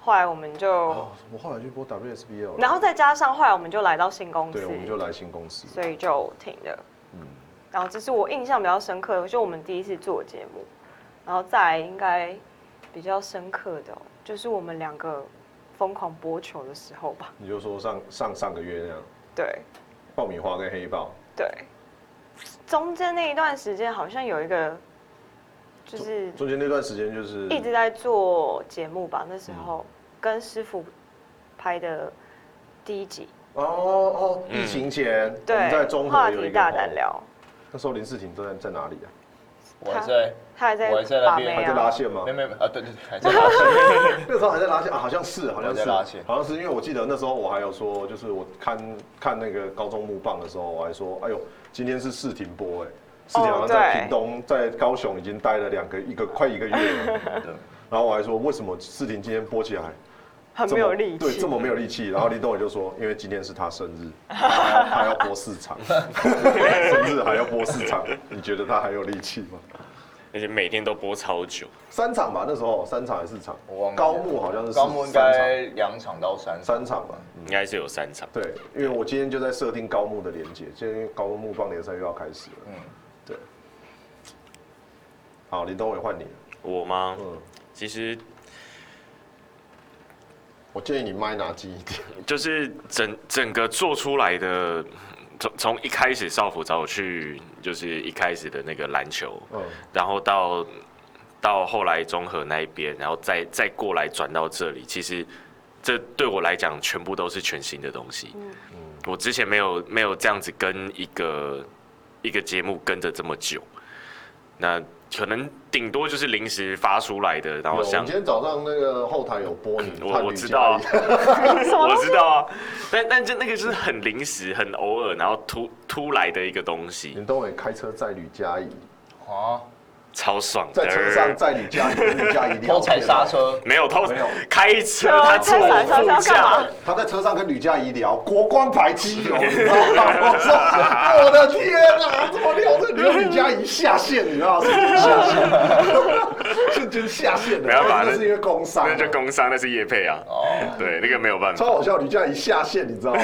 [SPEAKER 2] 后来我们就，
[SPEAKER 1] 哦，我后来去播 WSBL，
[SPEAKER 2] 然后再加上后来我们就来到新公司
[SPEAKER 1] 对，我，们就嗯来新公司，
[SPEAKER 2] 所以就停了。然后这是我印象比较深刻的，就我们第一次做节目，然后再来应该比较深刻的哦、就是我们两个疯狂播球的时候吧。
[SPEAKER 1] 你就说上上上个月那样。
[SPEAKER 2] 对
[SPEAKER 1] 爆米花跟黑豹，
[SPEAKER 2] 对，中间那一段时间好像有一个，就是
[SPEAKER 1] 中间那段时间就是
[SPEAKER 2] 一直在做节目吧，那时
[SPEAKER 1] 嗯
[SPEAKER 2] 候跟师傅拍的第一集，
[SPEAKER 1] 哦哦，
[SPEAKER 5] 嗯
[SPEAKER 1] 疫情前、
[SPEAKER 2] 对，
[SPEAKER 1] 我们在中
[SPEAKER 2] 话
[SPEAKER 1] 和有一个
[SPEAKER 2] 题
[SPEAKER 1] 哦
[SPEAKER 2] 大胆，聊，
[SPEAKER 1] 那时候林世廷都在在哪里啊？
[SPEAKER 5] 我还在，
[SPEAKER 2] 他还在
[SPEAKER 5] 我还在那
[SPEAKER 2] 把
[SPEAKER 5] 边
[SPEAKER 2] 妹
[SPEAKER 1] 还在拉
[SPEAKER 2] 啊，
[SPEAKER 1] 线吗
[SPEAKER 5] 没？没没啊，对对对，还在拉线。
[SPEAKER 1] 那时候还在拉线啊，好像是，好像是
[SPEAKER 5] 还在拉线
[SPEAKER 1] 好像是因为我记得那时候我还有说，就是我看看那个高中木棒的时候，我还说，哎呦，今天是世廷播哎、世廷好像在
[SPEAKER 2] 哦对
[SPEAKER 1] 屏东，在高雄已经待了两个一个快一个月 了，
[SPEAKER 5] 对
[SPEAKER 1] 然后我还说为什么世廷今天播起来
[SPEAKER 2] 很
[SPEAKER 1] 这
[SPEAKER 2] 没
[SPEAKER 1] 么
[SPEAKER 2] 有力
[SPEAKER 1] 对，
[SPEAKER 2] 气
[SPEAKER 1] 这。么没有力气。然后林东伟就说，因为今天是他生日，他
[SPEAKER 5] 啊
[SPEAKER 1] 他 要播四场，生日还要播四场，你觉得他还有力气吗？
[SPEAKER 4] 而且每天都播超久。
[SPEAKER 1] 三场吧，那时候三场还是四场
[SPEAKER 5] 我忘，了
[SPEAKER 1] 高木好像是
[SPEAKER 5] 高木应
[SPEAKER 1] 四三场
[SPEAKER 5] 该两场到三场，
[SPEAKER 1] 三场吧。
[SPEAKER 4] 应该是有三场。
[SPEAKER 1] 对，因为我今天就在设定高木的连接，今天高木棒联赛又要开始了。嗯，对。好，林东伟换你了。
[SPEAKER 4] 我吗？
[SPEAKER 1] 嗯，
[SPEAKER 4] 其实
[SPEAKER 1] 我建议你麦拿近一点。
[SPEAKER 4] 就是整整个做出来的，从从一开始少辅找我去，就是一开始的那个篮球，
[SPEAKER 1] 嗯，
[SPEAKER 4] 然后到到后来中和那一边，然后再再过来转到这里，其实这对我来讲全部都是全新的东西。
[SPEAKER 1] 嗯
[SPEAKER 4] 我之前没有没有这样子跟一个一个节目跟着这么久，那可能顶多就是临时发出来的，然
[SPEAKER 1] 有
[SPEAKER 4] 后
[SPEAKER 1] 我们
[SPEAKER 4] 像
[SPEAKER 1] 今天早上那个后台有播你，
[SPEAKER 4] 我
[SPEAKER 1] 看
[SPEAKER 4] 我
[SPEAKER 1] 你
[SPEAKER 4] 知
[SPEAKER 1] 加
[SPEAKER 4] 道啊
[SPEAKER 1] 一
[SPEAKER 2] 什么
[SPEAKER 4] 我
[SPEAKER 2] 东西？
[SPEAKER 4] 知道啊，但但就那个就是很临时、很偶尔，然后突突来的一个东西，
[SPEAKER 1] 林东伟开车载吕嘉怡，
[SPEAKER 5] 啊，
[SPEAKER 4] 超爽的。
[SPEAKER 1] 在车上载吕嘉怡，跟吕 嘉怡聊
[SPEAKER 5] 偷踩
[SPEAKER 1] 天
[SPEAKER 5] 刹，车，
[SPEAKER 4] 没有偷
[SPEAKER 1] 没有
[SPEAKER 4] 开车，他坐我
[SPEAKER 2] 开车
[SPEAKER 4] 副
[SPEAKER 2] 是要干
[SPEAKER 4] 驾
[SPEAKER 2] 嘛，
[SPEAKER 1] 他在车上跟吕嘉怡聊国光牌机油，你知道吗？我说我的天啊，怎么聊着聊吕嘉怡下线，你知道吗？瞬间下线，瞬间下线的，
[SPEAKER 4] 没办法
[SPEAKER 1] 那是因为工伤啊
[SPEAKER 4] 那，就工伤，那是叶配啊。对，那个没有办法
[SPEAKER 1] 超。好笑，吕嘉怡下线，你知道吗？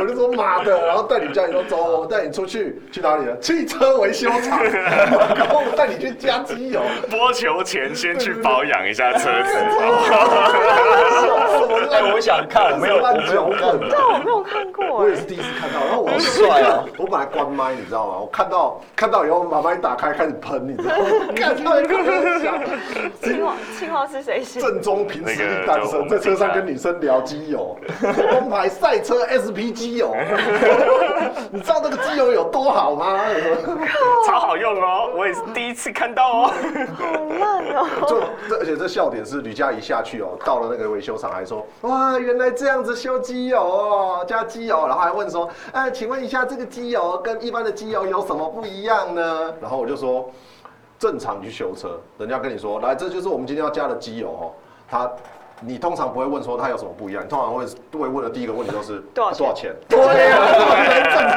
[SPEAKER 1] 我就说妈的，然后带吕嘉怡说走，我带你出去，去哪里了？汽车维修厂，然后我带你去加机油。
[SPEAKER 4] 播球前先去保养一下车子，
[SPEAKER 5] 哎，我想 看，我没有，我
[SPEAKER 1] 烂
[SPEAKER 5] 没
[SPEAKER 1] 脚
[SPEAKER 5] 有看
[SPEAKER 1] 本，
[SPEAKER 2] 对，我没有看过
[SPEAKER 1] 我也
[SPEAKER 2] 哎
[SPEAKER 1] 是。第一次看到，然后我啊
[SPEAKER 5] 帅哦
[SPEAKER 1] 我本来关麦，你知道吗？我看到看到以后，把麦打开开始喷，你知道吗？看到一个
[SPEAKER 2] 青蛙，青蛙是谁写？
[SPEAKER 1] 正宗凭实力诞生，在车上跟女生聊机油，工牌赛车 SP 机油，你知道那个机油有多好吗？
[SPEAKER 4] 超好用哦！我也是第一次看到哦。
[SPEAKER 2] 好烂哦！
[SPEAKER 1] 就这而且这笑点是吕佳怡下去哦，到了那个维修厂还说哇，原来这样子修机油哦，加机油，然后还问说，哎、请问一下这个机油跟一般的机油有什么不一样呢？然后我就说，正常你去修车，人家跟你说，来，这就是我们今天要加的机油哦，它。你通常不会问说它有什么不一样，你通常会会问的第一个问题就是
[SPEAKER 2] 多少钱
[SPEAKER 1] 多少钱？对呀、啊，这很正常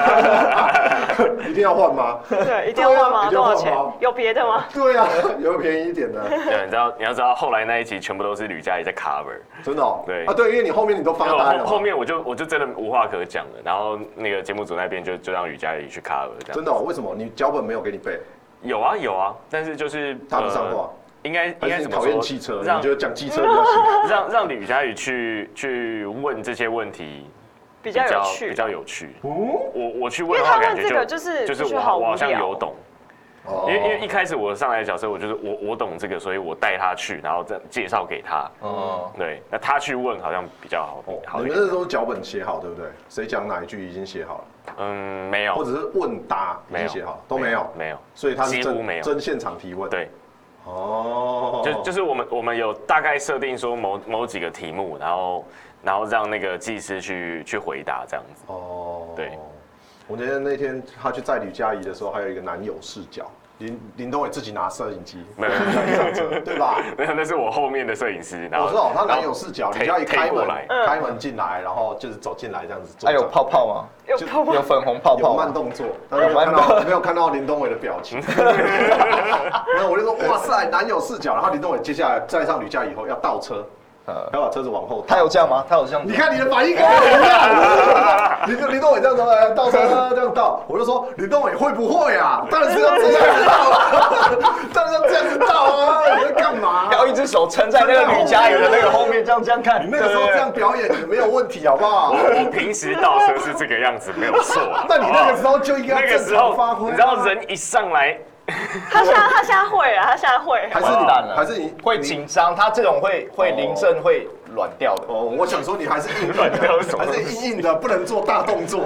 [SPEAKER 1] 啊 一定要换吗？
[SPEAKER 2] 对，一定要问
[SPEAKER 1] 对啊
[SPEAKER 2] 吗？
[SPEAKER 1] 一定要
[SPEAKER 2] 多
[SPEAKER 1] 问
[SPEAKER 2] 少
[SPEAKER 1] 吗
[SPEAKER 2] 钱？有别的吗？
[SPEAKER 1] 对呀、啊，有没有便宜一点的？
[SPEAKER 4] 对，你知道你要知道，后来那一集全部都是吕佳怡在 cover。
[SPEAKER 1] 真的、哦？
[SPEAKER 4] 对
[SPEAKER 1] 啊，对，因为你后面你都发
[SPEAKER 4] 后
[SPEAKER 1] 呆了嘛，
[SPEAKER 4] 后面我就我就真的无话可讲了，然后那个节目组那边就就让吕佳怡去 cover 这样。
[SPEAKER 1] 真的、哦？为什么你脚本没有给你背？
[SPEAKER 4] 有啊有啊，但是就是呃
[SPEAKER 1] 搭不上话，
[SPEAKER 4] 应该应
[SPEAKER 1] 还
[SPEAKER 4] 该
[SPEAKER 1] 是
[SPEAKER 4] 怎
[SPEAKER 1] 你
[SPEAKER 4] 么
[SPEAKER 1] 讨
[SPEAKER 4] 说
[SPEAKER 1] 厌汽车？你
[SPEAKER 4] 让
[SPEAKER 1] 觉得讲汽车比较行？
[SPEAKER 4] 让让吕佳宇去去问这些问题
[SPEAKER 1] 啊
[SPEAKER 2] 比
[SPEAKER 4] 比
[SPEAKER 2] 较有
[SPEAKER 4] 比
[SPEAKER 2] 趣。
[SPEAKER 4] 较有趣。
[SPEAKER 1] 哦，
[SPEAKER 4] 我我去问的
[SPEAKER 2] 因为
[SPEAKER 4] 话，
[SPEAKER 2] 他问
[SPEAKER 4] 感觉
[SPEAKER 2] 这个
[SPEAKER 4] 就
[SPEAKER 2] 就是
[SPEAKER 4] 就是
[SPEAKER 2] 就
[SPEAKER 4] 我
[SPEAKER 2] 好
[SPEAKER 4] 好我好
[SPEAKER 2] 无
[SPEAKER 4] 像
[SPEAKER 2] 聊
[SPEAKER 4] 有懂，
[SPEAKER 1] 哦
[SPEAKER 4] 因为因为一开始我上来的角色，我就是我我懂这个，所以我带他去，然后再介绍给他。
[SPEAKER 5] 哦，
[SPEAKER 4] 对，那他去问好像比较好好
[SPEAKER 1] 哦你
[SPEAKER 4] 一
[SPEAKER 1] 们那时
[SPEAKER 4] 点。
[SPEAKER 1] 候脚本写好对不对？谁讲哪一句已经写好了，
[SPEAKER 4] 嗯，没
[SPEAKER 1] 或
[SPEAKER 4] 有，
[SPEAKER 1] 者是问答已
[SPEAKER 4] 没
[SPEAKER 1] 经
[SPEAKER 4] 有
[SPEAKER 1] 写好，都没有，
[SPEAKER 4] 没有，
[SPEAKER 1] 所以他是
[SPEAKER 4] 几乎
[SPEAKER 1] 真
[SPEAKER 4] 没有
[SPEAKER 1] 真现场提问。，
[SPEAKER 4] 对，
[SPEAKER 1] 哦，
[SPEAKER 4] 就就是我们我们有大概设定说某某几个题目，然后然后让那个技师去去回答这样子。
[SPEAKER 1] 哦，
[SPEAKER 4] 对。
[SPEAKER 1] 我那天那天他去载吕佳怡的时候，还有一个男友视角，林林东伟自己拿摄影机，
[SPEAKER 4] 没有没有
[SPEAKER 1] 上车， 对吧？
[SPEAKER 4] 没 有，那是我后面的摄影师。
[SPEAKER 5] 哦
[SPEAKER 4] 然后
[SPEAKER 1] 我知道他男友视角，
[SPEAKER 4] 然后
[SPEAKER 1] 你只要一开
[SPEAKER 4] take- take 过
[SPEAKER 1] 门
[SPEAKER 4] 来，
[SPEAKER 1] 开门进来，然后就是走进来这样子做。
[SPEAKER 5] 还哎有泡泡吗？
[SPEAKER 2] 有
[SPEAKER 1] 就
[SPEAKER 2] 泡泡
[SPEAKER 5] 有粉红泡
[SPEAKER 1] 有
[SPEAKER 5] 泡
[SPEAKER 1] 慢
[SPEAKER 5] 吗？
[SPEAKER 1] 动作，但是没有看
[SPEAKER 5] 有慢动
[SPEAKER 1] 到没有看到林东伟的表 情。那我就说哇塞，男友视角，然后林东伟接下来载上吕嘉以后要倒车，
[SPEAKER 5] 呃，
[SPEAKER 1] 要把车子往后
[SPEAKER 5] 他
[SPEAKER 1] 倒。
[SPEAKER 5] 有这样吗？他有这样？
[SPEAKER 1] 你看你的反应跟我一 样，林林东伟这样子哎倒车这样倒，我就说林东伟会不会啊？当然是要这样子倒啊， 当然要这样子倒啊，你在干嘛？
[SPEAKER 5] 要一只手撑在那个吕佳莹的那个后面，这样这样看。
[SPEAKER 1] 你那个时候这样表演也没有问题，好不好？
[SPEAKER 4] 我平时倒车是这个样子，没有错啊。
[SPEAKER 1] 那你那个时候就应
[SPEAKER 4] 那
[SPEAKER 1] 该
[SPEAKER 4] 个
[SPEAKER 1] 正
[SPEAKER 4] 时
[SPEAKER 1] 常发
[SPEAKER 4] 候，
[SPEAKER 1] 挥啊、
[SPEAKER 4] 你知道人一上来，
[SPEAKER 2] 他现在他现在会了，他现在会了。
[SPEAKER 1] 还是
[SPEAKER 5] 完蛋了
[SPEAKER 1] 你，还是你
[SPEAKER 5] 会紧张，他这种会会临阵会软掉的。
[SPEAKER 1] 哦，我想说你还是硬硬
[SPEAKER 4] 软掉
[SPEAKER 1] 的，
[SPEAKER 4] 是什 么
[SPEAKER 1] 还是硬硬的，不能做大动 作，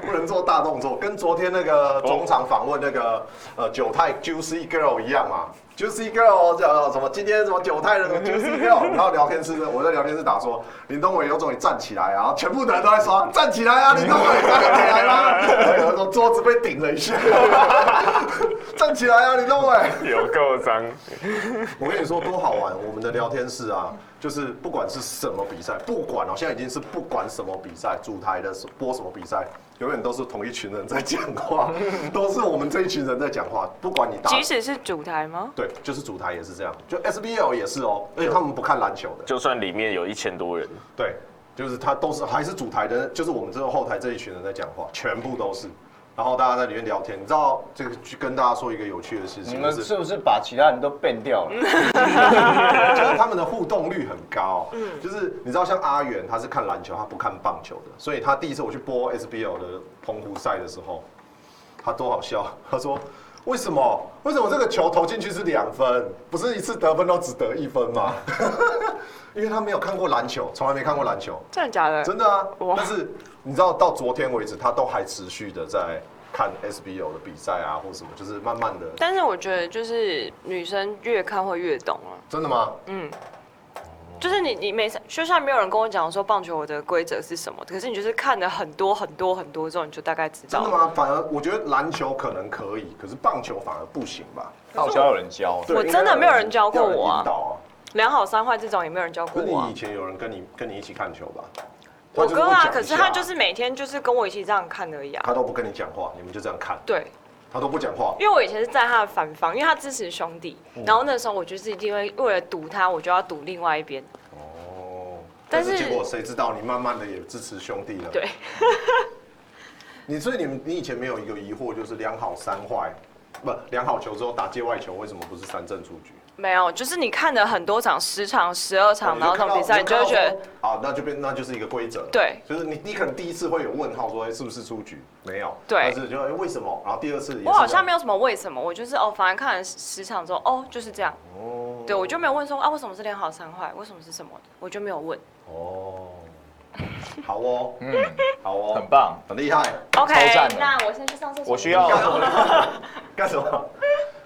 [SPEAKER 1] 不能做大动作，跟昨天那个中场访问那个呃九泰 Juicy Girl 一样嘛。Juicy Girl 呃什么？今天什么九泰的什么 Juicy Girl？然后聊天室呢，我在聊天室打说林东伟有种你站起来啊！全部的人都在说站起来 啊，林东伟站起来啦、啊！然后有人说桌子被顶了一 下，站起来啊，林东伟！
[SPEAKER 4] 有够脏。
[SPEAKER 1] 我跟你说多好玩，我们的聊天室啊，就是不管是什么比赛，不管哦，现在已经是不管什么比赛，主台的播什么比赛，永远都是同一群人在讲话，都是我们这一群人在讲话。不管你打，
[SPEAKER 2] 即使是主台吗？
[SPEAKER 1] 对，就是主台也是这样，就 SBL 也是哦，而且他们不看篮球的，
[SPEAKER 4] 就算里面有一千多人，
[SPEAKER 1] 对，就是他都是还是主台的，就是我们这个后台这一群人在讲话，全部都是。然后大家在里面聊天，你知道这个去跟大家说一个有趣的事情，
[SPEAKER 5] 你
[SPEAKER 1] 就
[SPEAKER 5] 们
[SPEAKER 1] 是
[SPEAKER 5] 是不是把其他人都变掉了？
[SPEAKER 1] 就是他们的互动率很高。嗯，就是你知道，像阿元他是看篮球，他不看棒球的，所以他第一次我去播 SBL 的澎湖赛的时候，他多好笑， 他说。为什么？为什么这个球投进去是两分？不是一次得分都只得一分吗？ 因为他没有看过篮球，从来没看过篮球，
[SPEAKER 2] 真的假的？
[SPEAKER 1] 真的啊
[SPEAKER 2] 哇。
[SPEAKER 1] 但是你知道，到昨天为止，他都还持续的在看 SBL 的比赛啊，或什么，就是慢慢的。
[SPEAKER 2] 但是我觉得就是女生越看会越懂啊。
[SPEAKER 1] 真的吗？
[SPEAKER 2] 嗯，就是你你每次就算没有人跟我讲说棒球的规则是什么，可是你就是看了很多很多很多之后，你就大概知
[SPEAKER 1] 真
[SPEAKER 2] 道
[SPEAKER 1] 的
[SPEAKER 2] 了。
[SPEAKER 1] 吗？反而我觉得篮球可能可以，可是棒球反而不行吧？
[SPEAKER 5] 好像有人教啊，
[SPEAKER 1] 对
[SPEAKER 2] 我真的没有人教过我啊
[SPEAKER 1] 要有引导啊。
[SPEAKER 2] 良好三坏这种也没有人教
[SPEAKER 1] 可
[SPEAKER 2] 过
[SPEAKER 1] 是
[SPEAKER 2] 我、啊
[SPEAKER 1] 你以。前有人跟你跟你一起看球吧？
[SPEAKER 2] 我
[SPEAKER 1] 他就
[SPEAKER 2] 哥
[SPEAKER 1] 会讲一
[SPEAKER 2] 啊，
[SPEAKER 1] 下
[SPEAKER 2] 可是他就是每天就是跟我一起这样看而已啊。
[SPEAKER 1] 他都不跟你讲话，你们就这样看，
[SPEAKER 2] 对，
[SPEAKER 1] 他都不讲话。
[SPEAKER 2] 因为我以前是在他的反方，因为他支持兄弟，
[SPEAKER 1] 嗯
[SPEAKER 2] 然后那时候我就是一定会为了赌他，我就要赌另外一边。
[SPEAKER 1] 哦，
[SPEAKER 2] 但
[SPEAKER 1] 但
[SPEAKER 2] 是
[SPEAKER 1] 是结果谁知道你慢慢的也支持兄弟了？
[SPEAKER 2] 对，
[SPEAKER 1] 你所以你们你以前没有一个疑惑，就是两好三坏，不两好球之后打界外球，为什么不是三振出局？
[SPEAKER 2] 没有，就是你看了很多场，十场、十
[SPEAKER 1] 哦
[SPEAKER 2] 二场，然后那种比赛，你就会觉
[SPEAKER 1] 你
[SPEAKER 2] 得
[SPEAKER 1] 看到啊，那就变那就是一个规则。
[SPEAKER 2] 对
[SPEAKER 1] 就是你你可能第一次会有问号说，哎，是不是出局？没有。
[SPEAKER 2] 对
[SPEAKER 1] 但是就哎为什么？然后第二次也是
[SPEAKER 2] 我好像
[SPEAKER 1] 这
[SPEAKER 2] 没
[SPEAKER 1] 样
[SPEAKER 2] 有什么为什么，我就是哦，反正看了十场之后，哦，就是这样。
[SPEAKER 1] 哦
[SPEAKER 2] 对，我就没有问说啊，为什么是连好三坏，为什么是什么，我就没有问。
[SPEAKER 1] 哦，好哦，
[SPEAKER 5] 嗯，
[SPEAKER 1] 好哦，
[SPEAKER 5] 很棒。
[SPEAKER 1] 很厉害。
[SPEAKER 2] OK，
[SPEAKER 5] 超赞的
[SPEAKER 2] 那我先去上厕所。
[SPEAKER 5] 我需要
[SPEAKER 1] 干什么？ 干什么？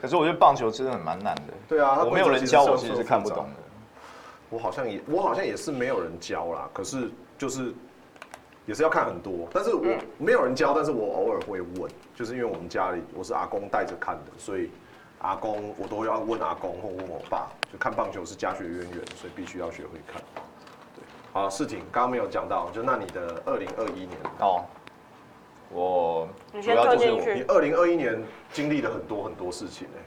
[SPEAKER 5] 可是我觉得棒球真的很蛮难的。
[SPEAKER 1] 对啊它
[SPEAKER 5] 我没有人教我，其实是看不懂
[SPEAKER 1] 规则其实是很复
[SPEAKER 5] 的。
[SPEAKER 1] 我好像也我好像也是没有人教啦，可是就是也是要看很多，但是我没有人教，但是我偶尔会问，就是因为我们家里我是阿公带着看的，所以阿公我都要问阿公或问我爸，就看棒球是家学渊源，所以必须要学会看。对，好，世婷刚刚没有讲到，就那你的二零二一年，
[SPEAKER 5] 哦，我
[SPEAKER 2] 你
[SPEAKER 5] 主
[SPEAKER 2] 先
[SPEAKER 5] 要
[SPEAKER 2] 坐
[SPEAKER 5] 就是
[SPEAKER 2] 进
[SPEAKER 5] 我，
[SPEAKER 2] 去
[SPEAKER 1] 你二零二一年经历了很多很多事情哎、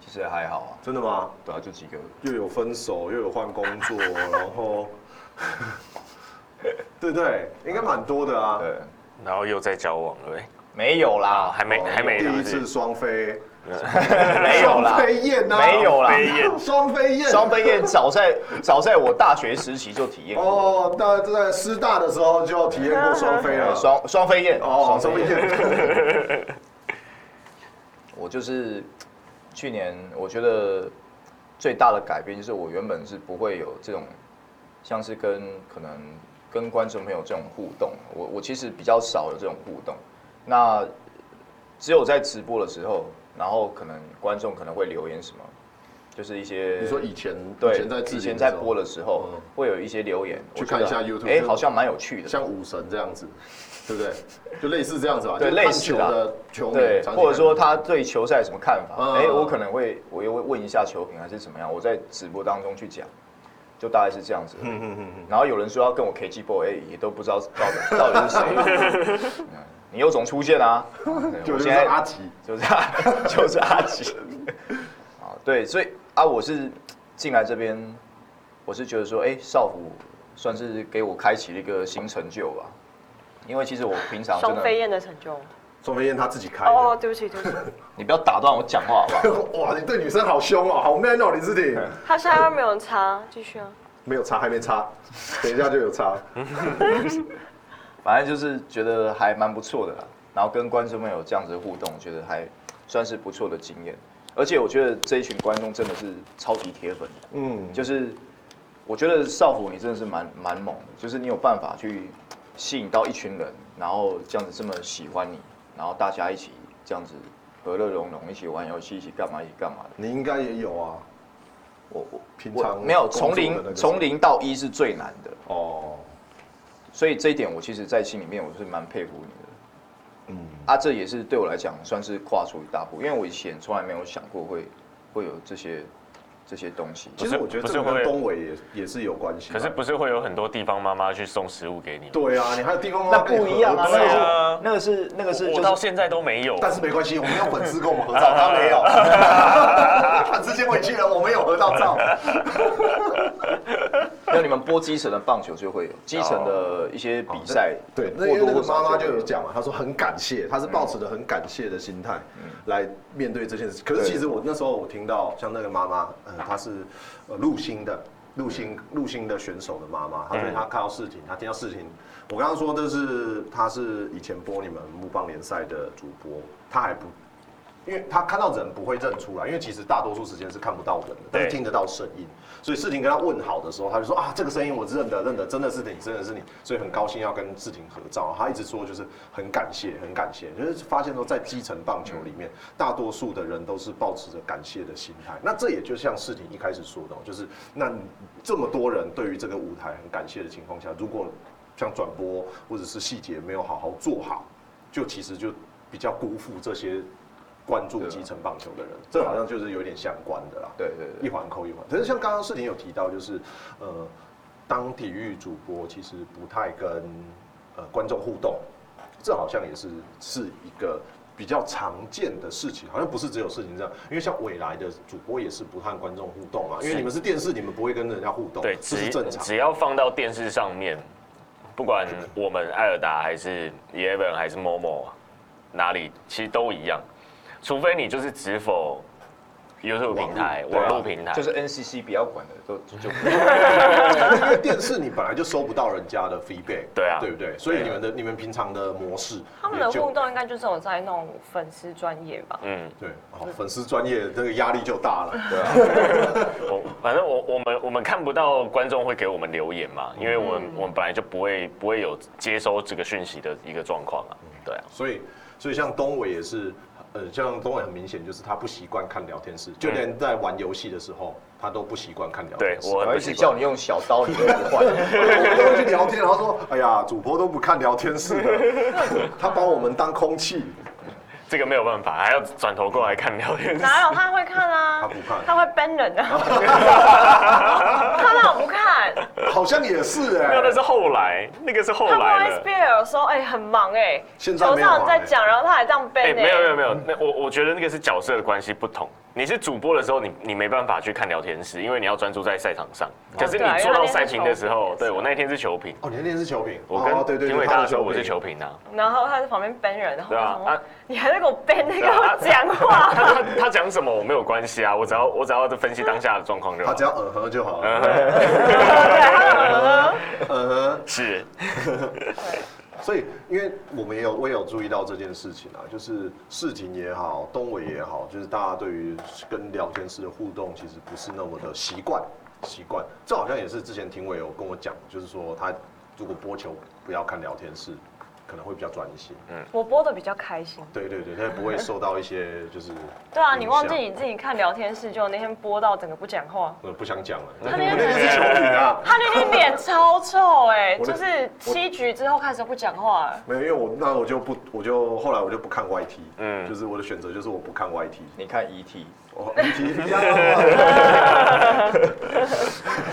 [SPEAKER 5] 其实还好啊，
[SPEAKER 1] 真的吗？
[SPEAKER 5] 对啊，就几个。
[SPEAKER 1] 又有分手，又有换工作，然后， 对不对？应该蛮多的啊。
[SPEAKER 5] 对，
[SPEAKER 4] 然后又在交往了、欸，
[SPEAKER 5] 没有啦，
[SPEAKER 4] 还没
[SPEAKER 1] 哦
[SPEAKER 4] 还没
[SPEAKER 1] 第
[SPEAKER 4] 啦
[SPEAKER 1] 一次双飞，
[SPEAKER 5] 没有啦
[SPEAKER 1] 双，飞燕啊，
[SPEAKER 5] 没有啦。
[SPEAKER 1] 双飞燕，
[SPEAKER 5] 双飞燕早在早在我大学时期就体验过。
[SPEAKER 1] 哦，大家在师大的时候就体验过双飞了，
[SPEAKER 5] 双双飞燕，
[SPEAKER 1] 啊哦，
[SPEAKER 5] 双
[SPEAKER 1] 双
[SPEAKER 5] 飞
[SPEAKER 1] 飞
[SPEAKER 5] 燕。
[SPEAKER 1] 燕，
[SPEAKER 5] 我就是去年，我觉得最大的改变就是我原本是不会有这种，像是跟可能跟观众朋友这种互动，我我其实比较少有这种互动。那只有在直播的时候，然后可能观众可能会留言什么，就是一些
[SPEAKER 1] 你说以前
[SPEAKER 5] 对
[SPEAKER 1] 以前在自己
[SPEAKER 5] 以前在播的时候
[SPEAKER 1] 嗯，
[SPEAKER 5] 会有一些留言，
[SPEAKER 1] 去
[SPEAKER 5] 我觉
[SPEAKER 1] 看
[SPEAKER 5] 得
[SPEAKER 1] 一下 YouTube，
[SPEAKER 5] 哎、
[SPEAKER 1] 就
[SPEAKER 5] 好像蛮有趣的，
[SPEAKER 1] 像武神这样子，对不对？就类似这样子吧，就
[SPEAKER 5] 对
[SPEAKER 1] 是看
[SPEAKER 5] 类似
[SPEAKER 1] 球
[SPEAKER 5] 啦
[SPEAKER 1] 的球迷
[SPEAKER 5] 对，
[SPEAKER 1] 常常
[SPEAKER 5] 或者说他对球赛有什么看法？
[SPEAKER 1] 嗯
[SPEAKER 5] 哎、我可能会，我又会问一下球评还啊是怎么样，我在直播当中去讲，就大概是这样子。
[SPEAKER 1] 嗯
[SPEAKER 5] 然后有人说要跟我 KG boy，哎、也都 不知道到底到底是谁。 嗯你有种出现 啊！对
[SPEAKER 1] 就
[SPEAKER 5] 我
[SPEAKER 1] 是
[SPEAKER 5] 现在
[SPEAKER 1] 阿吉，
[SPEAKER 5] 就是阿就是阿吉。啊，对，所以啊，我是进来这边，我是觉得说，哎、少辅算是给我开启了一个新成就吧。因为其实我平常真
[SPEAKER 2] 双
[SPEAKER 5] 的，
[SPEAKER 2] 飞啊燕的成就。
[SPEAKER 1] 双飞燕他自己开
[SPEAKER 2] 哦，
[SPEAKER 1] 的。
[SPEAKER 2] 对不起，对不起，
[SPEAKER 5] 你不要打断我讲话好不好？
[SPEAKER 1] 哇，你对女生好凶哦，好 man 哦，林志 婷。
[SPEAKER 2] 他现在又没有差，继续啊。
[SPEAKER 1] 没有差，还没 差，等一下就有差。
[SPEAKER 5] 反正就是觉得还蛮不错的啦。然后跟观众们有这样子的互动，觉得还算是不错的经验。而且我觉得这一群观众真的是超级铁粉的，
[SPEAKER 1] 嗯，
[SPEAKER 5] 就是我觉得少辅你真的是蛮蛮猛的，就是你有办法去吸引到一群人，然后这样子这么喜欢你，然后大家一起这样子和乐融融，一起玩游戏，一起干嘛，一起干嘛的。
[SPEAKER 1] 你应该也有啊。
[SPEAKER 5] 我我
[SPEAKER 1] 平
[SPEAKER 5] 我
[SPEAKER 1] 常
[SPEAKER 5] 没有
[SPEAKER 1] 工作
[SPEAKER 5] 从
[SPEAKER 1] 的那
[SPEAKER 5] 零
[SPEAKER 1] 个
[SPEAKER 5] 从零到一是最难的，
[SPEAKER 1] 哦，
[SPEAKER 5] 所以这一点我其实在心里面我是蛮佩服你的。
[SPEAKER 1] 嗯，
[SPEAKER 5] 啊，这也是对我来讲算是跨出一大步，因为我以前从来没有想过会会有这些这些东西。
[SPEAKER 1] 其实我觉得
[SPEAKER 4] 不是
[SPEAKER 1] 这个跟
[SPEAKER 4] 会
[SPEAKER 1] 东伟也也是有关系吧。
[SPEAKER 4] 可是不是会有很多地方妈妈去送食物给你吗？
[SPEAKER 1] 对啊，你还有地方
[SPEAKER 5] 那不一样啊，
[SPEAKER 4] 对啊
[SPEAKER 5] 那个是那个是那个是
[SPEAKER 4] 我
[SPEAKER 5] 就
[SPEAKER 4] 到
[SPEAKER 5] 是
[SPEAKER 4] 现在都没有。
[SPEAKER 1] 但是没关系，我们有粉丝跟我们合照，他没 有，他直接回去了，我们有合到照。
[SPEAKER 5] 那你们播基层的棒球就会有基层的一些比赛，
[SPEAKER 1] 对，那
[SPEAKER 5] 或
[SPEAKER 1] 因为
[SPEAKER 5] 多
[SPEAKER 1] 那个
[SPEAKER 5] 或
[SPEAKER 1] 妈
[SPEAKER 5] 少
[SPEAKER 1] 妈
[SPEAKER 5] 就
[SPEAKER 1] 就
[SPEAKER 5] 会
[SPEAKER 1] 有嗯讲嘛，她说很感谢，她是抱持着很感谢的心态来面嗯对这件事。可是
[SPEAKER 5] 对
[SPEAKER 1] 其实我那时候我听到像那个妈妈，呃，她是呃陆星的。陆星陆星的选手的妈妈，她所以她看到事情，她听到事情，我刚刚说这是她是以前播你们木棒联赛的主播，她还不，因为她看到人不会认出来，因为其实大多数时间是看不到人的，但是
[SPEAKER 4] 对
[SPEAKER 1] 听得到声音，所以世婷跟她问好的时候，她就说啊，这个声音我认得认得，真的是你，真的是你，所以很高兴要跟世婷合照。她一直说就是很感谢，很感谢，就是发现说在基层棒球里面，大多数的人都是抱持着感谢的心态。那这也就像世婷一开始说的哦，就是那你这么多人对于这个舞台很感谢的情况下，如果像转播或者是细节没有好好做好，就其实就比较辜负这些关注基层棒球的人，这好像就是有点相关的啦。
[SPEAKER 5] 对对对
[SPEAKER 1] 一环扣一环。可是像刚刚世婷有提到，就是呃，当体育主播其实不太跟呃观众互动，这好像也是是一个比较常见的事情，好像不是只有事情这样。因为像未来的主播也是不和观众互动啊，因为
[SPEAKER 4] 是
[SPEAKER 1] 你们是电视，你们不会跟人家互动，
[SPEAKER 4] 对，
[SPEAKER 1] 这是
[SPEAKER 4] 只
[SPEAKER 1] 正常。
[SPEAKER 4] 只要放到电视上面，不管我们艾尔达还是 Eleven 还是 Momo 哪里，其实都一样，除非你就是只否 YouTube 平台、
[SPEAKER 1] 对啊
[SPEAKER 4] 网络平台，
[SPEAKER 5] 就是 NCC 比较管的都就 就
[SPEAKER 1] 因为电视你本来就收不到人家的 feedback，
[SPEAKER 4] 对啊
[SPEAKER 1] 对不对？所以你们的你们平常的模式也就，
[SPEAKER 2] 他们的互动应该就是有在那种粉丝专业吧？
[SPEAKER 4] 嗯，
[SPEAKER 1] 对，哦，粉丝专业这个压力就大了。
[SPEAKER 5] 对啊，
[SPEAKER 4] 我反正我我们我们看不到观众会给我们留言嘛，因为我
[SPEAKER 1] 嗯
[SPEAKER 4] 们、我们本来就不会不会有接收这个讯息的一个状况啊，对啊，
[SPEAKER 1] 所以，所以像东伟也是，呃，像东伟很明显就是他不习惯看聊天室，就连在玩游戏的时候，他都不习惯看聊
[SPEAKER 4] 嗯对
[SPEAKER 1] 天室。
[SPEAKER 4] 我
[SPEAKER 5] 我
[SPEAKER 4] 很
[SPEAKER 5] 一
[SPEAKER 4] 不
[SPEAKER 5] 直
[SPEAKER 4] 习
[SPEAKER 5] 叫
[SPEAKER 4] 惯。
[SPEAKER 5] 你用小刀，你都不换。
[SPEAKER 1] 我都会去聊天，然后说：“哎呀，主播都不看聊天室的， 他把我们当空气，
[SPEAKER 4] 这个没有办法，还要转头过来看聊天室。
[SPEAKER 2] 哪有他会看啊？
[SPEAKER 1] 他不看
[SPEAKER 2] 他会 ban 人啊！他那我不看，
[SPEAKER 1] 好像也是
[SPEAKER 4] 没
[SPEAKER 1] 哎、
[SPEAKER 4] 有，那是后来，那个是后
[SPEAKER 2] 他不
[SPEAKER 4] 来
[SPEAKER 2] 会
[SPEAKER 4] 了。
[SPEAKER 2] spill 说哎很忙哎，
[SPEAKER 1] 现在
[SPEAKER 2] 球
[SPEAKER 1] 没有
[SPEAKER 2] 上
[SPEAKER 1] 忙
[SPEAKER 2] 在
[SPEAKER 1] 欸
[SPEAKER 2] 讲，然后他还这样 ban
[SPEAKER 4] 哎、
[SPEAKER 2] 哎，
[SPEAKER 4] 没有没有没有，那我我觉得那个是角色的关系不同。你是主播的时候，你你没办法去看聊天室，因为你要专注在赛场上。可是你
[SPEAKER 2] 对啊
[SPEAKER 4] 做
[SPEAKER 2] 因为
[SPEAKER 4] 到
[SPEAKER 2] 那天
[SPEAKER 4] 赛
[SPEAKER 2] 是
[SPEAKER 4] 评的时候
[SPEAKER 2] 球评，
[SPEAKER 4] 对我那天是球评，
[SPEAKER 1] 哦，你那天是球评，
[SPEAKER 4] 我
[SPEAKER 1] 哦、对对
[SPEAKER 4] 跟评
[SPEAKER 1] 对，
[SPEAKER 4] 委
[SPEAKER 1] 他
[SPEAKER 4] 大
[SPEAKER 1] 的
[SPEAKER 4] 的时候我是
[SPEAKER 1] 评
[SPEAKER 4] 球评啊。
[SPEAKER 2] 然后他在旁边 ban 人，然后
[SPEAKER 4] 对啊
[SPEAKER 2] 我想
[SPEAKER 4] 啊
[SPEAKER 2] 说你还在给我 ban 那
[SPEAKER 4] 对
[SPEAKER 2] 个
[SPEAKER 4] 啊啊
[SPEAKER 2] 我讲话，
[SPEAKER 4] 他他他讲什么我没有关系啊，我只要我只要分析当下的状况就
[SPEAKER 1] 他
[SPEAKER 4] 好
[SPEAKER 1] 只。要嗯哼就好了，
[SPEAKER 2] 对，他呃
[SPEAKER 1] 嗯哼。
[SPEAKER 4] 是，
[SPEAKER 1] 所以，因为我们也有我也有注意到这件事情啊，就是事情也好，东伟也好，就是大家对于跟聊天室的互动其实不是那么的习惯习惯。这好像也是之前庭伟有跟我讲，就是说他如果播球不要看聊天室，可能会比较专心。
[SPEAKER 2] 我播的比较开心。
[SPEAKER 1] 对对对，他也不会受到一些就是
[SPEAKER 2] 对啊，
[SPEAKER 1] 影
[SPEAKER 2] 你
[SPEAKER 1] 响
[SPEAKER 2] 忘记你自己看聊天室，就那天播到整个不讲话。
[SPEAKER 1] 呃不想讲了。我
[SPEAKER 2] 他
[SPEAKER 1] 那
[SPEAKER 2] 那
[SPEAKER 1] 天
[SPEAKER 2] 天
[SPEAKER 1] 是球迷啊。
[SPEAKER 2] 他那天脸超臭哎、
[SPEAKER 1] 我的
[SPEAKER 2] 就是七局之后开始都不讲话了。
[SPEAKER 1] 没有，因为我那我就不，我就后来我就不看 YT，嗯，
[SPEAKER 4] 嗯
[SPEAKER 1] 就是我的选择就是我不看 YT，
[SPEAKER 5] 你看 E ET，
[SPEAKER 1] 哦，你提一下。哦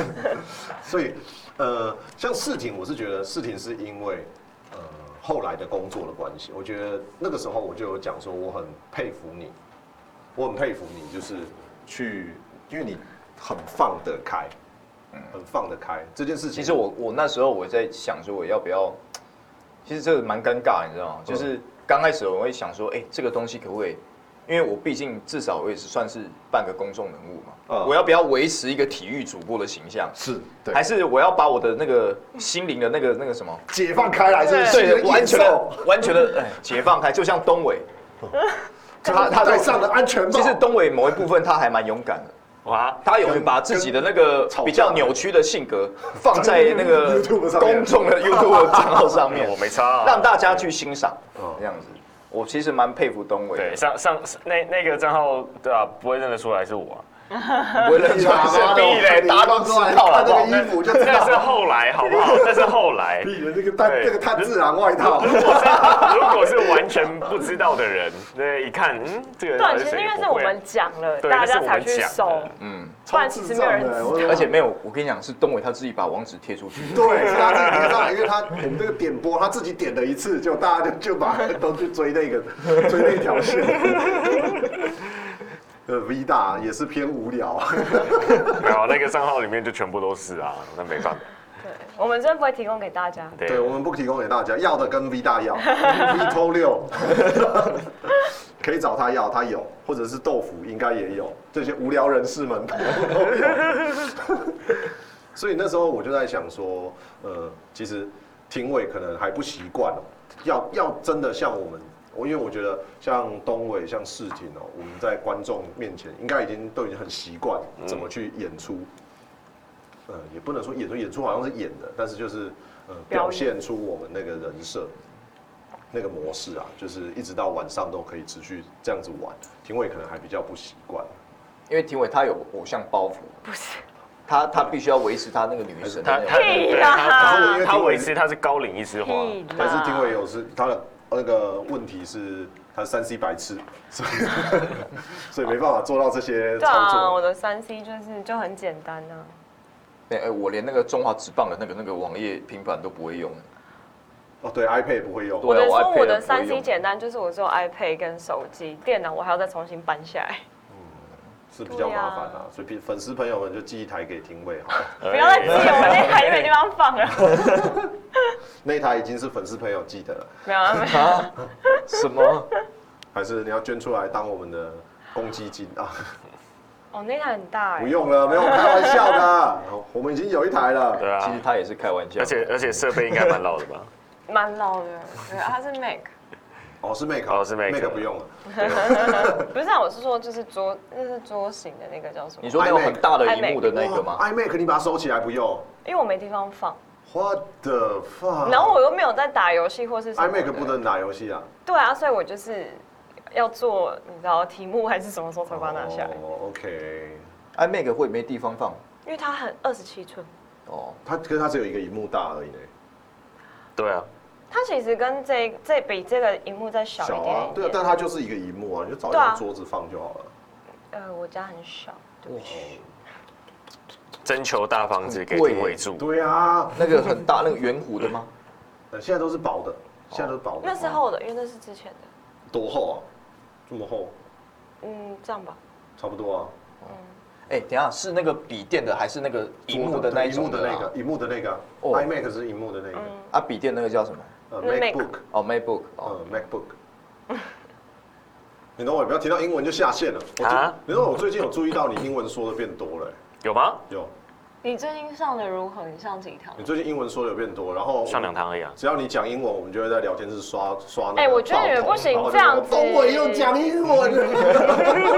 [SPEAKER 1] 所以，呃，像事情，我是觉得事情是因为，呃，后来的工作的关系，我觉得那个时候我就有讲说，我很佩服你，我很佩服你，就是去，因为你很放得开，很放得开这件事情。
[SPEAKER 5] 嗯其实我我那时候我在想说我要不要，其实这个蛮尴尬，你知道吗？就是刚开始我会想说，哎、这个东西可不可以？因为我毕竟至少我也是算是半个公众人物嘛，
[SPEAKER 1] 嗯
[SPEAKER 5] 我要不要维持一个体育主播的形象？
[SPEAKER 1] 是对，
[SPEAKER 5] 还是我要把我的那个心灵的那个那个什么，
[SPEAKER 1] 解放开来，是不是？
[SPEAKER 5] 对
[SPEAKER 1] 是，
[SPEAKER 5] 完全
[SPEAKER 1] 野
[SPEAKER 5] 的
[SPEAKER 1] 兽
[SPEAKER 5] 完全的哎解放开，就像东伟，
[SPEAKER 1] 他他戴上了安全帽，
[SPEAKER 5] 其实东伟某一部分他还蛮勇敢的，
[SPEAKER 4] 哇，
[SPEAKER 5] 他有把自己的那个比较扭曲的性格放在那个
[SPEAKER 1] YouTube 上面
[SPEAKER 5] 公众的 YouTube 账号上面
[SPEAKER 4] 我，没差啊。
[SPEAKER 5] 让大家去欣赏
[SPEAKER 1] 嗯
[SPEAKER 5] 这样子。我其实蛮佩服东伟
[SPEAKER 4] 对，上上那那个账号对啊，不会认得出来是我啊、
[SPEAKER 5] 的，不会 认出来是
[SPEAKER 4] 屁嘞
[SPEAKER 5] 大家都知道了，好
[SPEAKER 1] 看
[SPEAKER 5] 不
[SPEAKER 1] 那
[SPEAKER 5] 好
[SPEAKER 1] 个衣服就知
[SPEAKER 4] 啊那
[SPEAKER 1] 道
[SPEAKER 4] 是。后来好 不好？那是后来。
[SPEAKER 1] 你的那个碳
[SPEAKER 4] 对
[SPEAKER 1] 这个碳自然外套，
[SPEAKER 4] 如果是完全不不知道的人，对，一看，嗯，这个人到
[SPEAKER 2] 对，
[SPEAKER 4] 底
[SPEAKER 2] 其实
[SPEAKER 4] 谁
[SPEAKER 2] 因为是
[SPEAKER 4] 不
[SPEAKER 2] 我
[SPEAKER 4] 会啊
[SPEAKER 2] 们讲了，
[SPEAKER 4] 对
[SPEAKER 2] 大
[SPEAKER 4] 那是
[SPEAKER 2] 家
[SPEAKER 4] 我
[SPEAKER 2] 才
[SPEAKER 4] 们
[SPEAKER 2] 去
[SPEAKER 4] 讲的
[SPEAKER 2] 搜，
[SPEAKER 5] 嗯，
[SPEAKER 2] 不然其实没有人
[SPEAKER 1] 欸
[SPEAKER 2] 知道。
[SPEAKER 5] 而且没有，我跟你讲，是东伟他自己把网址贴出去。
[SPEAKER 4] 嗯
[SPEAKER 1] 对，是他自己贴上来，因为他我们这个点播，他自己点了一次，就大家就就把都去追那个追那条线。 呃，V 大也是偏无聊，
[SPEAKER 4] 没有啊那个账号里面就全部都是啊，那没办法。
[SPEAKER 2] 对，我们真的不会提供给大家。
[SPEAKER 4] 对啊
[SPEAKER 1] 对我们不提供给大家，要的跟 V 大要，V 偷六， 可以找他要，他有，或者是豆腐应该也有，这些无聊人士们都有。所以那时候我就在想说，呃，其实听委可能还不习惯哦，要要真的像我们，我因为我觉得像东伟、像世廷哦，我们在观众面前应该已经都已经很习惯怎么去演出。呃，也不能说演出，演出好像是演的，但是就是呃
[SPEAKER 2] 表演
[SPEAKER 1] 表现出我们那个人设、那个模式啊，就是一直到晚上都可以持续这样子玩。廷伟可能还比较不习惯，
[SPEAKER 5] 因为廷伟他有偶像包袱，不是，他他必须要维持他那个女神的
[SPEAKER 4] 他
[SPEAKER 5] 那
[SPEAKER 4] 他
[SPEAKER 5] 种。
[SPEAKER 2] 屁
[SPEAKER 4] 对
[SPEAKER 2] 啦
[SPEAKER 4] 他他维持他是高龄一枝花，
[SPEAKER 2] 屁啦
[SPEAKER 1] 但是廷伟有是他的那个问题是他是三 C 白痴， 所以所以没办法做到这些
[SPEAKER 2] 对啊，
[SPEAKER 1] 操
[SPEAKER 2] 我
[SPEAKER 1] 作。
[SPEAKER 2] 的三 C 就是就很简单啊。
[SPEAKER 5] 对，哎，我连那个中华职棒的那个那个网页平板都不会 用。
[SPEAKER 2] 啊
[SPEAKER 1] 哦，对，iPad 不会用，
[SPEAKER 5] 对
[SPEAKER 2] 我
[SPEAKER 5] 啊
[SPEAKER 2] 的说我
[SPEAKER 5] iPad 也
[SPEAKER 2] 的
[SPEAKER 5] 不会
[SPEAKER 2] 三 C
[SPEAKER 5] 用
[SPEAKER 2] 简单，就是我只有 iPad 跟手机，电脑我还要再重新搬下来。
[SPEAKER 1] 是比较麻烦啊。所以粉丝朋友们就寄一台给廷伟哦好了，
[SPEAKER 4] 不
[SPEAKER 2] 不要再记
[SPEAKER 4] 啊
[SPEAKER 2] 了，我那台就没地方放了。
[SPEAKER 1] 那一台已经是粉丝朋友寄的了，
[SPEAKER 2] 没有啊，没有。
[SPEAKER 5] 啊？什么？
[SPEAKER 1] 还是你要捐出来当我们的公积金啊？
[SPEAKER 2] 哦，那台很大哎
[SPEAKER 1] 不。用了，没有开玩笑的，哦我们已经有一台了。
[SPEAKER 4] 对
[SPEAKER 5] 其实
[SPEAKER 4] 啊，
[SPEAKER 5] 他也是开玩笑。
[SPEAKER 4] 而且而且设备应该蛮老的 吧？
[SPEAKER 2] 蛮老的，对，啊它是 Mac，
[SPEAKER 1] 哦，是 Make，
[SPEAKER 4] 哦是 Mac
[SPEAKER 1] 不用了。
[SPEAKER 2] 不是、啊，我是说就是桌，那是桌型的那个叫什么？
[SPEAKER 5] 你说那种很大的荧幕的那个
[SPEAKER 1] 哇
[SPEAKER 5] 吗？
[SPEAKER 1] ？iMac 你把它收起来不用
[SPEAKER 2] 因为我没地方放，
[SPEAKER 1] ？What the fuck？
[SPEAKER 2] 然后我又没有在打游戏或是什么的
[SPEAKER 1] iMac 不能打游戏啊，
[SPEAKER 2] 对啊，所以我就是要做，你知道题目还是什么时候才把它拿下来？
[SPEAKER 1] 哦，OK，
[SPEAKER 5] iMac 会没地方放
[SPEAKER 2] 因为它很二十七寸，
[SPEAKER 5] 哦。
[SPEAKER 1] 它可是它只有一个荧幕大而已呢。
[SPEAKER 4] 对啊，
[SPEAKER 2] 它其实跟这这比这个荧幕再小一
[SPEAKER 1] 啊
[SPEAKER 2] 点，
[SPEAKER 1] 对啊
[SPEAKER 2] 点。，
[SPEAKER 1] 但它就是一个荧幕啊，你就找一
[SPEAKER 2] 对啊
[SPEAKER 1] 张桌子放就好了。哦
[SPEAKER 2] 呃，我家很小，对不起。
[SPEAKER 4] 征求大房子给
[SPEAKER 5] 很贵
[SPEAKER 4] 丁伟
[SPEAKER 5] 耶
[SPEAKER 4] 住，
[SPEAKER 1] 对啊，
[SPEAKER 5] 那个很大，那个圆弧的吗？
[SPEAKER 1] 呃现在都是薄的，现在都是薄的。
[SPEAKER 2] 哦
[SPEAKER 1] 哦
[SPEAKER 2] 那是厚的，因为那是之前的。
[SPEAKER 1] 多厚啊？这么厚，
[SPEAKER 2] 嗯，这样吧，
[SPEAKER 1] 差不多啊。
[SPEAKER 5] 哎，等一下是那个笔电的，还是那个荧幕的那一
[SPEAKER 1] 荧幕
[SPEAKER 5] 种
[SPEAKER 1] 的那
[SPEAKER 5] 啊
[SPEAKER 1] 个，荧幕的那个啊
[SPEAKER 5] 哦
[SPEAKER 1] ，iMac 是荧幕的那个，
[SPEAKER 5] 啊，笔电那个叫什么？
[SPEAKER 1] 呃
[SPEAKER 2] 嗯那 Mac
[SPEAKER 1] ，MacBook，
[SPEAKER 5] 哦，MacBook 哦，
[SPEAKER 1] 呃，MacBook。你懂我，不要听到英文就下线了。我最
[SPEAKER 4] 啊
[SPEAKER 1] 你懂我，我最近有注意到你英文说的变多了、
[SPEAKER 4] 有吗？
[SPEAKER 1] 有，
[SPEAKER 2] 你最近上的如何？你上几堂
[SPEAKER 1] 你？最近英文说的有变多，然后
[SPEAKER 4] 上两。堂而已啊。
[SPEAKER 1] 只要你讲英文，我们就会在聊天室刷刷那个
[SPEAKER 2] 哎我觉得
[SPEAKER 1] 爆头
[SPEAKER 2] 你们不行
[SPEAKER 1] 然后就
[SPEAKER 2] 这样子
[SPEAKER 1] 哦我又讲英文 了。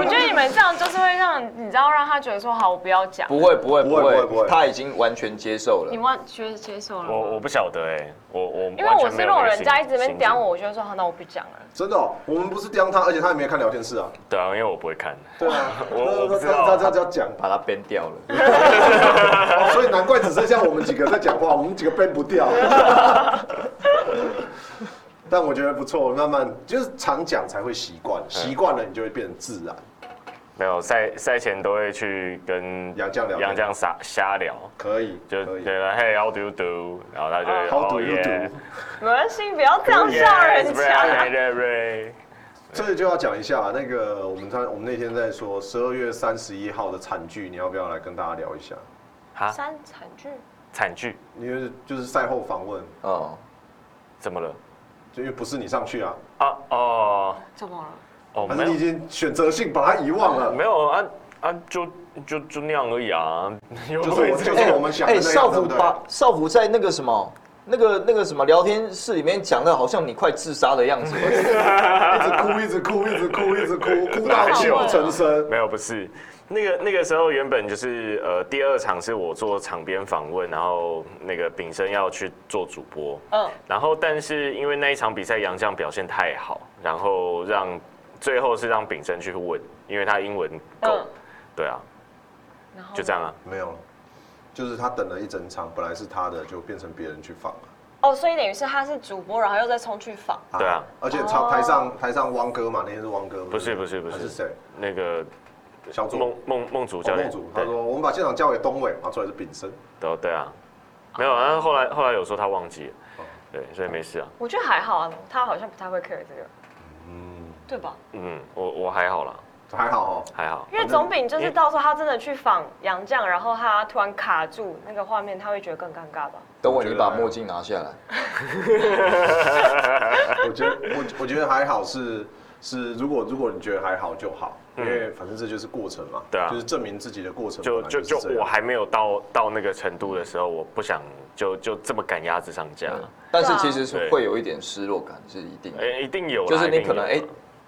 [SPEAKER 2] 我觉得你们这样就是会让你知道让他觉得说好，我不要讲。
[SPEAKER 5] 不会不会
[SPEAKER 1] 不会不会不会
[SPEAKER 5] 他已经完全接受
[SPEAKER 2] 你
[SPEAKER 5] 了。
[SPEAKER 2] 忘接接受了吗？
[SPEAKER 4] 我我不晓得哎、我我
[SPEAKER 2] 因为
[SPEAKER 4] 完
[SPEAKER 2] 我
[SPEAKER 4] 全
[SPEAKER 2] 是
[SPEAKER 4] 没有
[SPEAKER 2] 如果
[SPEAKER 4] 那个
[SPEAKER 2] 人家
[SPEAKER 4] 心
[SPEAKER 2] 一直在那
[SPEAKER 4] 心
[SPEAKER 2] 边点我，我就会说好，那我不讲了。
[SPEAKER 1] 真的哦、我们不是刁他，而且他也没看聊天室啊。
[SPEAKER 4] 对啊，因为我不会看，
[SPEAKER 1] 对 啊，
[SPEAKER 4] 我我不知道
[SPEAKER 1] 他他他他要讲，
[SPEAKER 5] 把它编掉了，
[SPEAKER 1] 嗯哦所以难怪只剩下我们几个在讲话，我们几个编不 掉。但我觉得不错，慢慢就是常讲才会习惯，
[SPEAKER 4] 嗯
[SPEAKER 1] 习惯了你就会变成自然。
[SPEAKER 4] 没有赛赛前都会去跟
[SPEAKER 1] 杨绛聊天
[SPEAKER 4] 杨绛瞎瞎聊，
[SPEAKER 1] 可以，
[SPEAKER 4] 就
[SPEAKER 1] 可以。啊
[SPEAKER 4] 对了，Hey how do you do？然后他就会
[SPEAKER 1] How do
[SPEAKER 4] "Oh,
[SPEAKER 1] you
[SPEAKER 4] yeah,
[SPEAKER 1] do？
[SPEAKER 2] 没关系，不要这样
[SPEAKER 4] yes,
[SPEAKER 2] 笑啊人
[SPEAKER 4] right,
[SPEAKER 2] 家。
[SPEAKER 4] right, right.
[SPEAKER 1] 这个就要讲一下那个，我们在我们那天在说十二月三十一号的惨剧，你要不要来跟大家聊一下？
[SPEAKER 4] 哈，
[SPEAKER 2] 三惨剧，
[SPEAKER 4] 惨剧
[SPEAKER 1] 因为就是赛后访问，
[SPEAKER 5] 哦，
[SPEAKER 4] 怎么了？
[SPEAKER 1] 就因为不是你上去啊，
[SPEAKER 4] 啊哦
[SPEAKER 2] 怎么了？
[SPEAKER 4] 哦，
[SPEAKER 1] 反
[SPEAKER 4] 没
[SPEAKER 1] 正你已
[SPEAKER 4] 有
[SPEAKER 1] 经选择性把它遗忘了。
[SPEAKER 4] 没有啊啊，就就就那样而已啊， 又
[SPEAKER 1] 就是
[SPEAKER 4] 不会
[SPEAKER 1] 我
[SPEAKER 4] 怎
[SPEAKER 1] 就
[SPEAKER 4] 样
[SPEAKER 1] 是哎我们想
[SPEAKER 4] 哎
[SPEAKER 1] 的那样，
[SPEAKER 5] 哎少
[SPEAKER 1] 对
[SPEAKER 5] 辅
[SPEAKER 1] 不对？
[SPEAKER 5] 把少辅在那个什么。那个那个什么聊天室里面讲的，好像你快自杀 的样子。
[SPEAKER 1] 一直哭，一直哭，一直哭，一直哭，哭到泣不成声。
[SPEAKER 4] 没有，不是。那个那个时候原本就是呃，第二场是我做场边访问，然后那个炳生要去做主播，
[SPEAKER 2] 嗯，
[SPEAKER 4] 然后但是因为那一场比赛杨绛表现太好，然后让最后是让炳生去问，因为他英文够，
[SPEAKER 2] 嗯
[SPEAKER 4] 对啊，
[SPEAKER 2] 然后
[SPEAKER 4] 就这样啊，
[SPEAKER 1] 没有了，就是他等了一整场，本来是他的，就变成别人去放了。
[SPEAKER 6] 哦，所以等于是他是主播，然后又再冲去访。
[SPEAKER 4] 对啊，
[SPEAKER 1] 而且场台上台上汪哥嘛，那天是汪哥吗？
[SPEAKER 4] 不是不是不是
[SPEAKER 1] 还是谁？
[SPEAKER 4] 那个
[SPEAKER 1] 小组
[SPEAKER 4] 孟孟孟主教
[SPEAKER 1] 黄
[SPEAKER 4] 练
[SPEAKER 1] 梦哦祖，他
[SPEAKER 4] 对
[SPEAKER 1] 说我们把现场交给东伟，啊拿出来是炳生，
[SPEAKER 4] 对对啊，没有，然后后来后来有说他忘记了，
[SPEAKER 1] 哦
[SPEAKER 4] 对，所以没事啊，
[SPEAKER 2] 我觉得还好啊，他好像不太会 care 这个，
[SPEAKER 1] 嗯，
[SPEAKER 2] 对吧？
[SPEAKER 4] 嗯，我我还好啦，
[SPEAKER 1] 还好哦。
[SPEAKER 4] 还好，
[SPEAKER 2] 因为总比就是到时候他真的去访杨绛，然后他突然卡住那个画面，他会觉得更尴尬吧？
[SPEAKER 5] 等
[SPEAKER 1] 我
[SPEAKER 5] 我
[SPEAKER 1] 觉
[SPEAKER 5] 你
[SPEAKER 1] 得
[SPEAKER 5] 把
[SPEAKER 1] 还好
[SPEAKER 5] 墨镜拿下来。
[SPEAKER 1] 我觉得我我觉得还好是是，如果如果你觉得还好就好，因为反正这就是过程嘛，
[SPEAKER 4] 嗯对啊
[SPEAKER 1] 就是证明自己的过程
[SPEAKER 4] 就
[SPEAKER 1] 本来
[SPEAKER 4] 就是就
[SPEAKER 1] 这样
[SPEAKER 4] 我还没有到到那个程度的时候，我不想就就这么赶鸭子上架，
[SPEAKER 1] 嗯
[SPEAKER 5] 但
[SPEAKER 2] 对
[SPEAKER 5] 是
[SPEAKER 2] 啊
[SPEAKER 5] 其实是
[SPEAKER 4] 对
[SPEAKER 5] 会有一点失落感，是一定的
[SPEAKER 4] 哎、。一定有啦，
[SPEAKER 5] 就是
[SPEAKER 4] 一
[SPEAKER 5] 你
[SPEAKER 4] 定
[SPEAKER 5] 可能
[SPEAKER 4] 有
[SPEAKER 5] 哎、
[SPEAKER 4] 啦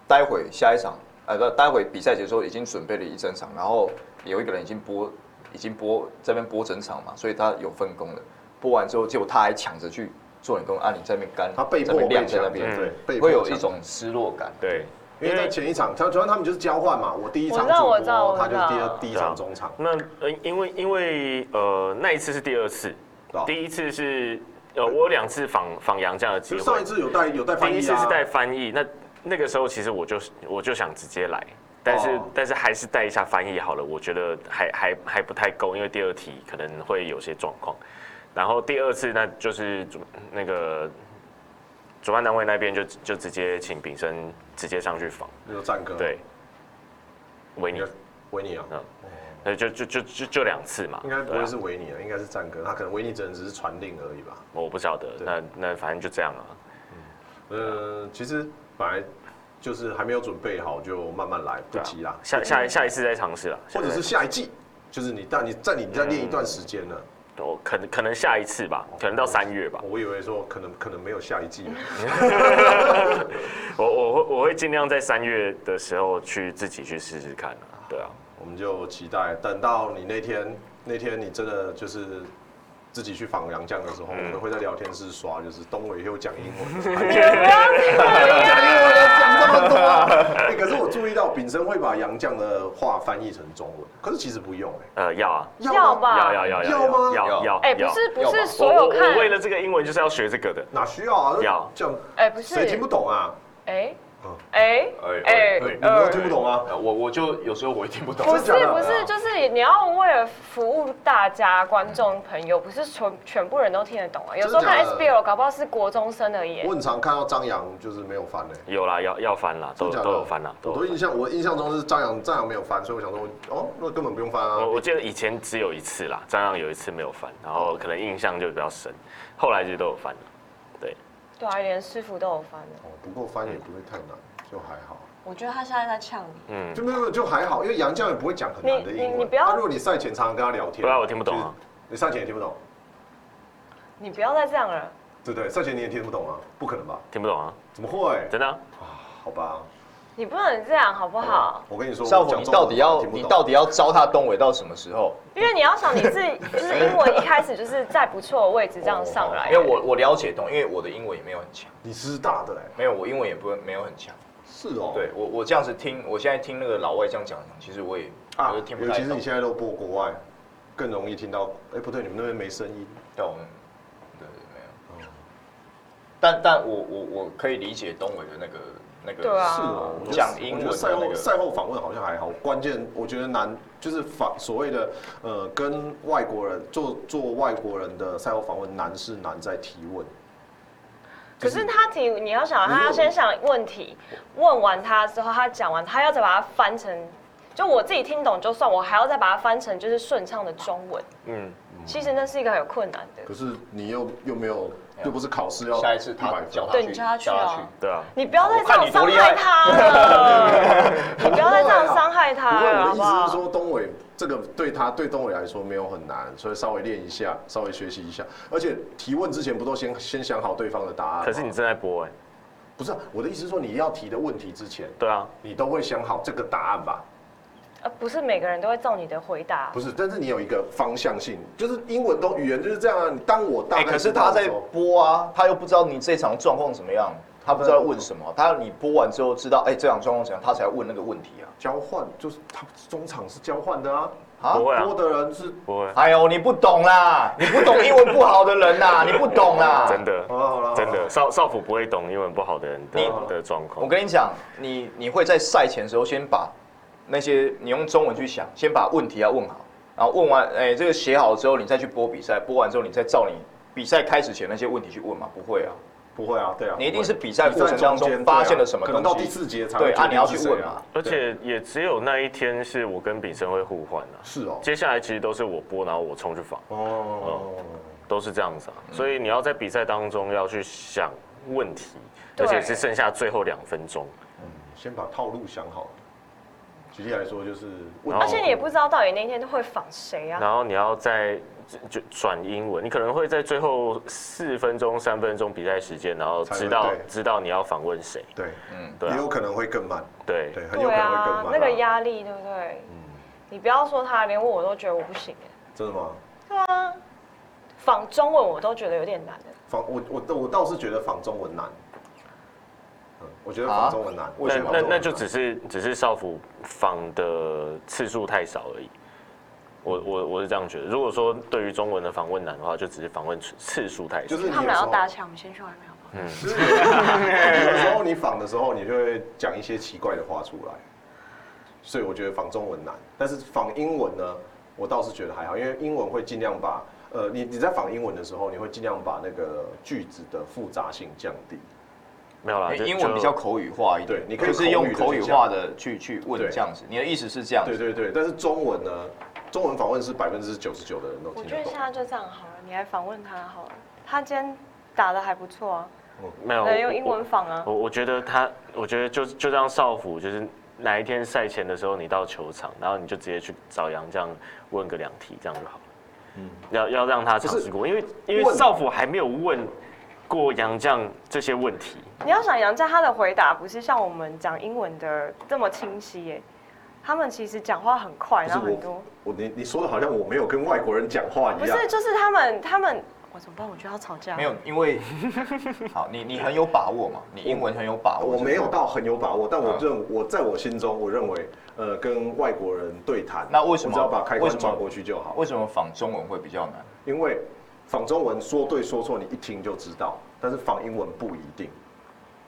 [SPEAKER 5] 待会下一场，呃，不，待会比赛结束已经准备了一整场，然后有一个人已经播，已经播这边播整场嘛，所以他有分工的。播完之后，结果他还抢着去做人工，啊，你这边干，
[SPEAKER 1] 他被
[SPEAKER 5] 这
[SPEAKER 1] 迫
[SPEAKER 5] 边
[SPEAKER 1] 被
[SPEAKER 5] 晾
[SPEAKER 1] 抢
[SPEAKER 5] 在那边，
[SPEAKER 1] 着
[SPEAKER 4] 嗯
[SPEAKER 1] 对，被迫
[SPEAKER 5] 会有
[SPEAKER 1] 抢
[SPEAKER 5] 一种失落感。
[SPEAKER 4] 对，
[SPEAKER 1] 因为在前一场，他主要他们就是交换嘛，我第一场
[SPEAKER 2] 我知道
[SPEAKER 1] 主
[SPEAKER 2] 我知道
[SPEAKER 1] 播，
[SPEAKER 2] 我知
[SPEAKER 1] 他
[SPEAKER 2] 道
[SPEAKER 1] 就是第二第一
[SPEAKER 4] 对
[SPEAKER 1] 场
[SPEAKER 4] 啊
[SPEAKER 1] 中场，
[SPEAKER 4] 那呃，因为因为呃，那一次是第二次，
[SPEAKER 1] 对吧？
[SPEAKER 4] 第一次是呃，我有两次访访杨这样的机
[SPEAKER 1] 就
[SPEAKER 4] 会，
[SPEAKER 1] 是上一次有带有带翻
[SPEAKER 4] 第一
[SPEAKER 1] 译
[SPEAKER 4] 次是
[SPEAKER 1] 啊，
[SPEAKER 4] 带翻译，那那个时候其实我就我就想直接来，但是、
[SPEAKER 1] 哦
[SPEAKER 4] 但是还是带一下翻译好了，我觉得还还还不太够，因为第二题可能会有些状况。然后第二次那就是主那个主办单位那边就就直接请炳生直接上去访，
[SPEAKER 1] 那个战哥，
[SPEAKER 4] 对，维尼
[SPEAKER 1] 嗯应该，维尼啊，
[SPEAKER 4] 嗯，那就就就就就两次嘛，
[SPEAKER 1] 应该不
[SPEAKER 4] 对啊
[SPEAKER 1] 会是维尼啊，应该是战哥，他可能维尼只能只是传令而已吧。
[SPEAKER 4] 我不晓得，
[SPEAKER 1] 对
[SPEAKER 4] 那那反正就这样啊，
[SPEAKER 1] 呃，其实本来就是还没有准备好，就慢慢来，不
[SPEAKER 4] 对啊
[SPEAKER 1] 急啦。
[SPEAKER 4] 下下下一次再尝试了，
[SPEAKER 1] 或者是下一季，就是你但你在你再练一
[SPEAKER 4] 嗯
[SPEAKER 1] 段时间了。
[SPEAKER 4] 我可能可能下一次
[SPEAKER 1] 哦
[SPEAKER 4] 吧，可能到三月吧。
[SPEAKER 1] 我以为说可能可能没有下一季了，
[SPEAKER 4] 我我会我会尽量在三月的时候去自己去试试看啊，对啊，
[SPEAKER 1] 我们就期待等到你那天那天你真的就是。自己去访杨绛的时候，我
[SPEAKER 4] 嗯
[SPEAKER 1] 们会在聊天室刷，就是东伟又讲英 文，韩绛 又讲英文了，讲这么多、哎可是我注意到炳生会把杨绛的话翻译成中文，可是其实不用
[SPEAKER 4] 呃，要啊，
[SPEAKER 1] 哎、
[SPEAKER 2] 要吧
[SPEAKER 4] 要要要
[SPEAKER 1] 要吗
[SPEAKER 4] 要要要，
[SPEAKER 2] 哎，不
[SPEAKER 4] 要
[SPEAKER 2] 是不
[SPEAKER 5] 要
[SPEAKER 2] 是
[SPEAKER 5] 吧
[SPEAKER 2] 所有
[SPEAKER 4] 我我
[SPEAKER 2] 看
[SPEAKER 4] 我，为了这个英文就是要学这个的，
[SPEAKER 1] 哪需要啊？
[SPEAKER 4] 要
[SPEAKER 1] 这样
[SPEAKER 2] 哎不
[SPEAKER 1] 谁听不
[SPEAKER 2] 是，
[SPEAKER 1] 懂啊？
[SPEAKER 2] 哎
[SPEAKER 1] 嗯
[SPEAKER 2] 哎哎
[SPEAKER 1] 你们都听不懂啊？
[SPEAKER 5] 呃我我就有时候我也听不懂
[SPEAKER 2] 不
[SPEAKER 1] 真的啊
[SPEAKER 2] 是
[SPEAKER 1] 假的
[SPEAKER 2] 不是，就是你要为了服务大家观众朋友，不是全全部人都听得懂啊。有时候看
[SPEAKER 1] 真的假的
[SPEAKER 2] SBL，搞不好是国中生而已
[SPEAKER 1] 我。很常看到张扬就是没有翻诶、欸
[SPEAKER 4] 有啦，要要翻啦，都
[SPEAKER 1] 真的假的
[SPEAKER 4] 都有翻啦，都
[SPEAKER 1] 我
[SPEAKER 4] 有
[SPEAKER 1] 都印象，我印象中是张扬，张扬没有翻，所以我想说，哦，那根本不用翻啊
[SPEAKER 4] 我。我记得以前只有一次啦，张扬有一次没有翻，然后可能印象就比较深，后来就都有翻了，对，
[SPEAKER 2] 对啊，连师傅都有翻的。
[SPEAKER 1] 哦，不过翻也不会太难，就还好，
[SPEAKER 6] 我觉得他现在在呛你。
[SPEAKER 4] 嗯，
[SPEAKER 1] 就没有没有就还好，因为杨绛也不会讲很难的
[SPEAKER 2] 你
[SPEAKER 1] 英文。
[SPEAKER 2] 你你不要
[SPEAKER 1] 啊如果你赛前常常跟他聊天，
[SPEAKER 4] 不然我听不懂啊
[SPEAKER 1] 就是你赛前也听不懂，
[SPEAKER 2] 你不要再这样了。
[SPEAKER 1] 对不对？赛前你也听不懂啊？不可能吧？
[SPEAKER 4] 听不懂啊，
[SPEAKER 1] 怎么会？
[SPEAKER 4] 真的啊
[SPEAKER 1] 好吧，
[SPEAKER 2] 你不能这样好不好？
[SPEAKER 1] 我跟你说，
[SPEAKER 5] 少
[SPEAKER 1] 我
[SPEAKER 5] 辅，
[SPEAKER 1] 讲
[SPEAKER 5] 你
[SPEAKER 1] 中
[SPEAKER 5] 到
[SPEAKER 1] 文
[SPEAKER 5] 底要
[SPEAKER 1] 听不
[SPEAKER 5] 你
[SPEAKER 1] 懂
[SPEAKER 5] 到底要糟蹋东伟到什么时候？
[SPEAKER 2] 因为你要想你自己，就是英文一开始就是在不错的位置这样上来
[SPEAKER 1] 哦
[SPEAKER 5] 因为。我我了解东，因为我的英文也没有很强，
[SPEAKER 1] 你师大的嘞？
[SPEAKER 5] 没有我英文也不没有很强。
[SPEAKER 1] 是哦，
[SPEAKER 5] 对我我这样子听，我现在听那个老外这样讲，其实我也
[SPEAKER 1] 啊
[SPEAKER 5] 我也听，不
[SPEAKER 1] 尤
[SPEAKER 5] 太
[SPEAKER 1] 其是
[SPEAKER 5] 懂
[SPEAKER 1] 你。现在都播国外，更容易听到。哎，不对，你们那边没声音。
[SPEAKER 5] 但我们对没有。但但我我我可以理解东伟的那个那个
[SPEAKER 2] 对啊
[SPEAKER 1] 是哦，我觉得
[SPEAKER 5] 讲英文
[SPEAKER 1] 我觉得赛
[SPEAKER 5] 的那
[SPEAKER 1] 后
[SPEAKER 5] 个
[SPEAKER 1] 赛后访问好像还好，关键我觉得难就是访所谓的呃跟外国人做做外国人的赛后访问难是难在提问，
[SPEAKER 2] 可是他提，你要想，他要先想问题，问完他之后，他讲完，他要再把它翻成，就我自己听懂就算，我还要再把它翻成就是顺畅的中文。
[SPEAKER 4] 嗯，
[SPEAKER 2] 其实那是一个很有困难的。
[SPEAKER 1] 可是你又又没有
[SPEAKER 5] 没有
[SPEAKER 1] 又不是考试要
[SPEAKER 5] 下一次他
[SPEAKER 1] 100分
[SPEAKER 5] 叫他
[SPEAKER 2] 对
[SPEAKER 5] 去
[SPEAKER 2] 你叫他去啊
[SPEAKER 4] 对啊，
[SPEAKER 2] 你不要再这
[SPEAKER 5] 我看
[SPEAKER 2] 样
[SPEAKER 5] 你多
[SPEAKER 2] 伤
[SPEAKER 5] 厉
[SPEAKER 2] 害
[SPEAKER 5] 害
[SPEAKER 2] 他了，你不要再这样伤害
[SPEAKER 1] 不
[SPEAKER 2] 他
[SPEAKER 1] 过
[SPEAKER 2] 了，好
[SPEAKER 1] 我的
[SPEAKER 2] 不啊
[SPEAKER 1] 意思
[SPEAKER 2] 好
[SPEAKER 1] 是？说，东伟这个对他对东伟来说没有很难，所以稍微练一下，稍微学习一下。而且提问之前不都先先想好对方的答案吗？
[SPEAKER 4] 可是你正在播哎、
[SPEAKER 1] 不是啊我的意思是说，你要提的问题之前，
[SPEAKER 4] 对啊，
[SPEAKER 1] 你都会想好这个答案吧？
[SPEAKER 2] 呃，不是每个人都会照你的回答
[SPEAKER 1] 不。是，但是你有一个方向性，就是英文都语言就是这样啊。你当我大
[SPEAKER 5] 哎、
[SPEAKER 1] 概、
[SPEAKER 5] 可是他在
[SPEAKER 1] 哦
[SPEAKER 5] 播啊，他又不知道你这场状况怎么样，他不知道问什么，他你播完欸之后知道，哎、这场状况怎样，他才问那个问题啊。
[SPEAKER 1] 交换，就是他中场是交换的啊。
[SPEAKER 5] 啊
[SPEAKER 4] 不会啊
[SPEAKER 1] 多的人是
[SPEAKER 4] 不会，
[SPEAKER 5] 哎呦，你不懂啦，你不懂英文不好的人呐，你不懂啦。
[SPEAKER 4] 真的
[SPEAKER 1] 好了好了好了，
[SPEAKER 4] 真的少少辅不会懂英文不好的人的的状况。
[SPEAKER 5] 我跟你讲，你你会在赛前的时候先把那些你用中文去想，先把问题要问好，然后问完，哎、这个写好之后，你再去播比赛，播完之后你再照你比赛开始前那些问题去问嘛？不会啊，
[SPEAKER 1] 不会啊，对啊，
[SPEAKER 5] 你一定
[SPEAKER 1] 不会
[SPEAKER 5] 是比赛过程当中
[SPEAKER 1] 比赛间
[SPEAKER 5] 发现了什么
[SPEAKER 1] 对啊可能到
[SPEAKER 5] 东
[SPEAKER 1] 第
[SPEAKER 5] 西
[SPEAKER 1] 四节才
[SPEAKER 5] 对
[SPEAKER 1] 会
[SPEAKER 5] 啊
[SPEAKER 1] 决定
[SPEAKER 5] 你要去
[SPEAKER 1] 是谁
[SPEAKER 5] 问
[SPEAKER 1] 啊
[SPEAKER 5] 嘛，
[SPEAKER 4] 而且也只有那一天是我跟炳生会互换啊，
[SPEAKER 1] 是哦，
[SPEAKER 4] 接下来其实都是我播，然后我冲去防，
[SPEAKER 1] 哦，
[SPEAKER 4] 都是这样子啊。所以你要在比赛当中要去想问题，
[SPEAKER 2] 对
[SPEAKER 4] 而且是剩下最后两分钟。
[SPEAKER 1] 先把套路想好。举例来说，就是问
[SPEAKER 4] 然后
[SPEAKER 2] 而且你也不知道到底那天会仿谁啊。
[SPEAKER 4] 然后你要在就转英文，你可能会在最后四分钟、三分钟比赛时间，然后
[SPEAKER 1] 才会
[SPEAKER 4] 知道
[SPEAKER 1] 对
[SPEAKER 4] 知道你要访问谁，
[SPEAKER 1] 对，
[SPEAKER 5] 嗯
[SPEAKER 4] 对
[SPEAKER 1] 也
[SPEAKER 4] 啊
[SPEAKER 1] 有可能会更慢，
[SPEAKER 4] 对，
[SPEAKER 1] 对，很有
[SPEAKER 2] 对
[SPEAKER 1] 可能会更
[SPEAKER 2] 啊
[SPEAKER 1] 慢啊。，嗯
[SPEAKER 2] 那个压力对不对？你不要说他，连我都觉得我不行哎。
[SPEAKER 1] 真的吗？
[SPEAKER 2] 对啊，仿中文我都觉得有点难的。
[SPEAKER 1] 仿我我我倒是觉得仿中文难，嗯，我觉得仿
[SPEAKER 5] 啊
[SPEAKER 1] 中文难，我
[SPEAKER 5] 为
[SPEAKER 4] 那
[SPEAKER 1] 觉得仿
[SPEAKER 4] 那
[SPEAKER 1] 中文
[SPEAKER 4] 那就
[SPEAKER 1] 难
[SPEAKER 4] 只是只是少辅访的次数太少而已。我我我是这样觉得。如果说对于中文的访问难的话，就只是访问次次数太少。
[SPEAKER 1] 就是你
[SPEAKER 2] 他们
[SPEAKER 1] 有嗯
[SPEAKER 2] 俩
[SPEAKER 1] 时
[SPEAKER 2] 要
[SPEAKER 1] 候
[SPEAKER 2] 打起来，我们先去外面好不好？
[SPEAKER 1] 就是有有时候你仿的时候，你就会讲一些奇怪的话出来，所以我觉得仿中文难，但是仿英文呢，我倒是觉得还好，因为英文会尽量把呃，你你在仿英文的时候，你会尽量把那个句子的复杂性降低，
[SPEAKER 4] 没有啦，
[SPEAKER 5] 因
[SPEAKER 4] 就
[SPEAKER 5] 哎为英文比较口语化一点，
[SPEAKER 1] 啊对你可以
[SPEAKER 5] 就是用
[SPEAKER 1] 口
[SPEAKER 5] 口
[SPEAKER 1] 语
[SPEAKER 5] 语
[SPEAKER 1] 的去
[SPEAKER 5] 化的去去问
[SPEAKER 1] 对
[SPEAKER 5] 这样子。你的意思是这样
[SPEAKER 1] 对
[SPEAKER 5] 子？
[SPEAKER 1] 对对，但是中文呢，中文访问是百分之九十九的人都
[SPEAKER 2] 我
[SPEAKER 1] 听
[SPEAKER 2] 觉
[SPEAKER 1] 得
[SPEAKER 2] 得
[SPEAKER 1] 懂
[SPEAKER 2] 现，在就这样好了，你来访问他好了。他今天打的还不错啊，
[SPEAKER 4] 没
[SPEAKER 1] 哦
[SPEAKER 4] 有
[SPEAKER 2] 能用英文
[SPEAKER 4] 我
[SPEAKER 2] 访啊。
[SPEAKER 4] 我我觉得他，我觉得就就让少辅就是哪一天赛前的时候，你到球场，然后你就直接去找杨这样问个两题，这样就好了。
[SPEAKER 5] 嗯
[SPEAKER 4] 要要让他尝试过，因为因为
[SPEAKER 1] 问
[SPEAKER 4] 少辅还没有问过杨绛这些问题。
[SPEAKER 2] 你要想杨绛他的回答不是像我们讲英文的这么清晰耶，他们其实讲话很快，
[SPEAKER 1] 不
[SPEAKER 2] 然后很
[SPEAKER 1] 是
[SPEAKER 2] 多
[SPEAKER 1] 我，我你你说的好像我没有跟外国人讲话
[SPEAKER 2] 不
[SPEAKER 1] 一样，
[SPEAKER 2] 是就是他们他们，我怎么办？我觉得要吵架。
[SPEAKER 5] 没有，因为好，你你很有把握嘛，你英文很有把握。
[SPEAKER 1] 啊我没有
[SPEAKER 5] 到。
[SPEAKER 1] 到很有把握，但我
[SPEAKER 5] 嗯
[SPEAKER 1] 认我在我心中，我认为，呃，跟外国人对谈，
[SPEAKER 5] 那为什
[SPEAKER 1] 我
[SPEAKER 5] 么
[SPEAKER 1] 只要把开
[SPEAKER 5] 为
[SPEAKER 1] 关
[SPEAKER 5] 什么
[SPEAKER 1] 转过去就好？
[SPEAKER 5] 为什么仿中文会比较难？
[SPEAKER 1] 因为仿中文说对说错，你一听就知道，但是仿英文不一定。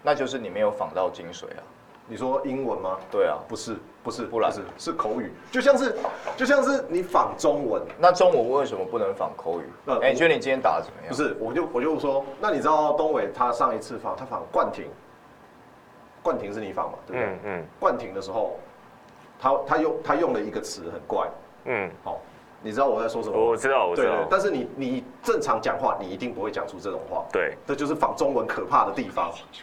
[SPEAKER 5] 那就是你没有仿到精髓啊。
[SPEAKER 1] 你说英文吗？
[SPEAKER 5] 对啊，
[SPEAKER 1] 不是，不是，
[SPEAKER 5] 不然
[SPEAKER 1] 是是口语，就像是就像是你仿中文，
[SPEAKER 5] 那中文为什么不能仿口语？
[SPEAKER 1] 那
[SPEAKER 5] 哎、你觉得你今天打的怎么样？
[SPEAKER 1] 不，是，我就我就说，那你知道东伟他上一次仿他仿冠廷，冠廷是你仿嘛，对不对？
[SPEAKER 4] 嗯嗯
[SPEAKER 1] 冠廷的时候，他他用他用了一个词很怪，
[SPEAKER 4] 嗯，
[SPEAKER 1] 好，你知道我在说什
[SPEAKER 5] 哦
[SPEAKER 1] 么吗？
[SPEAKER 4] 我知道我知
[SPEAKER 1] 对对
[SPEAKER 4] 道，，
[SPEAKER 1] 但是你你正常讲话，你一定不会讲出这种话。
[SPEAKER 4] 对，
[SPEAKER 1] 这就是仿中文可怕的地方。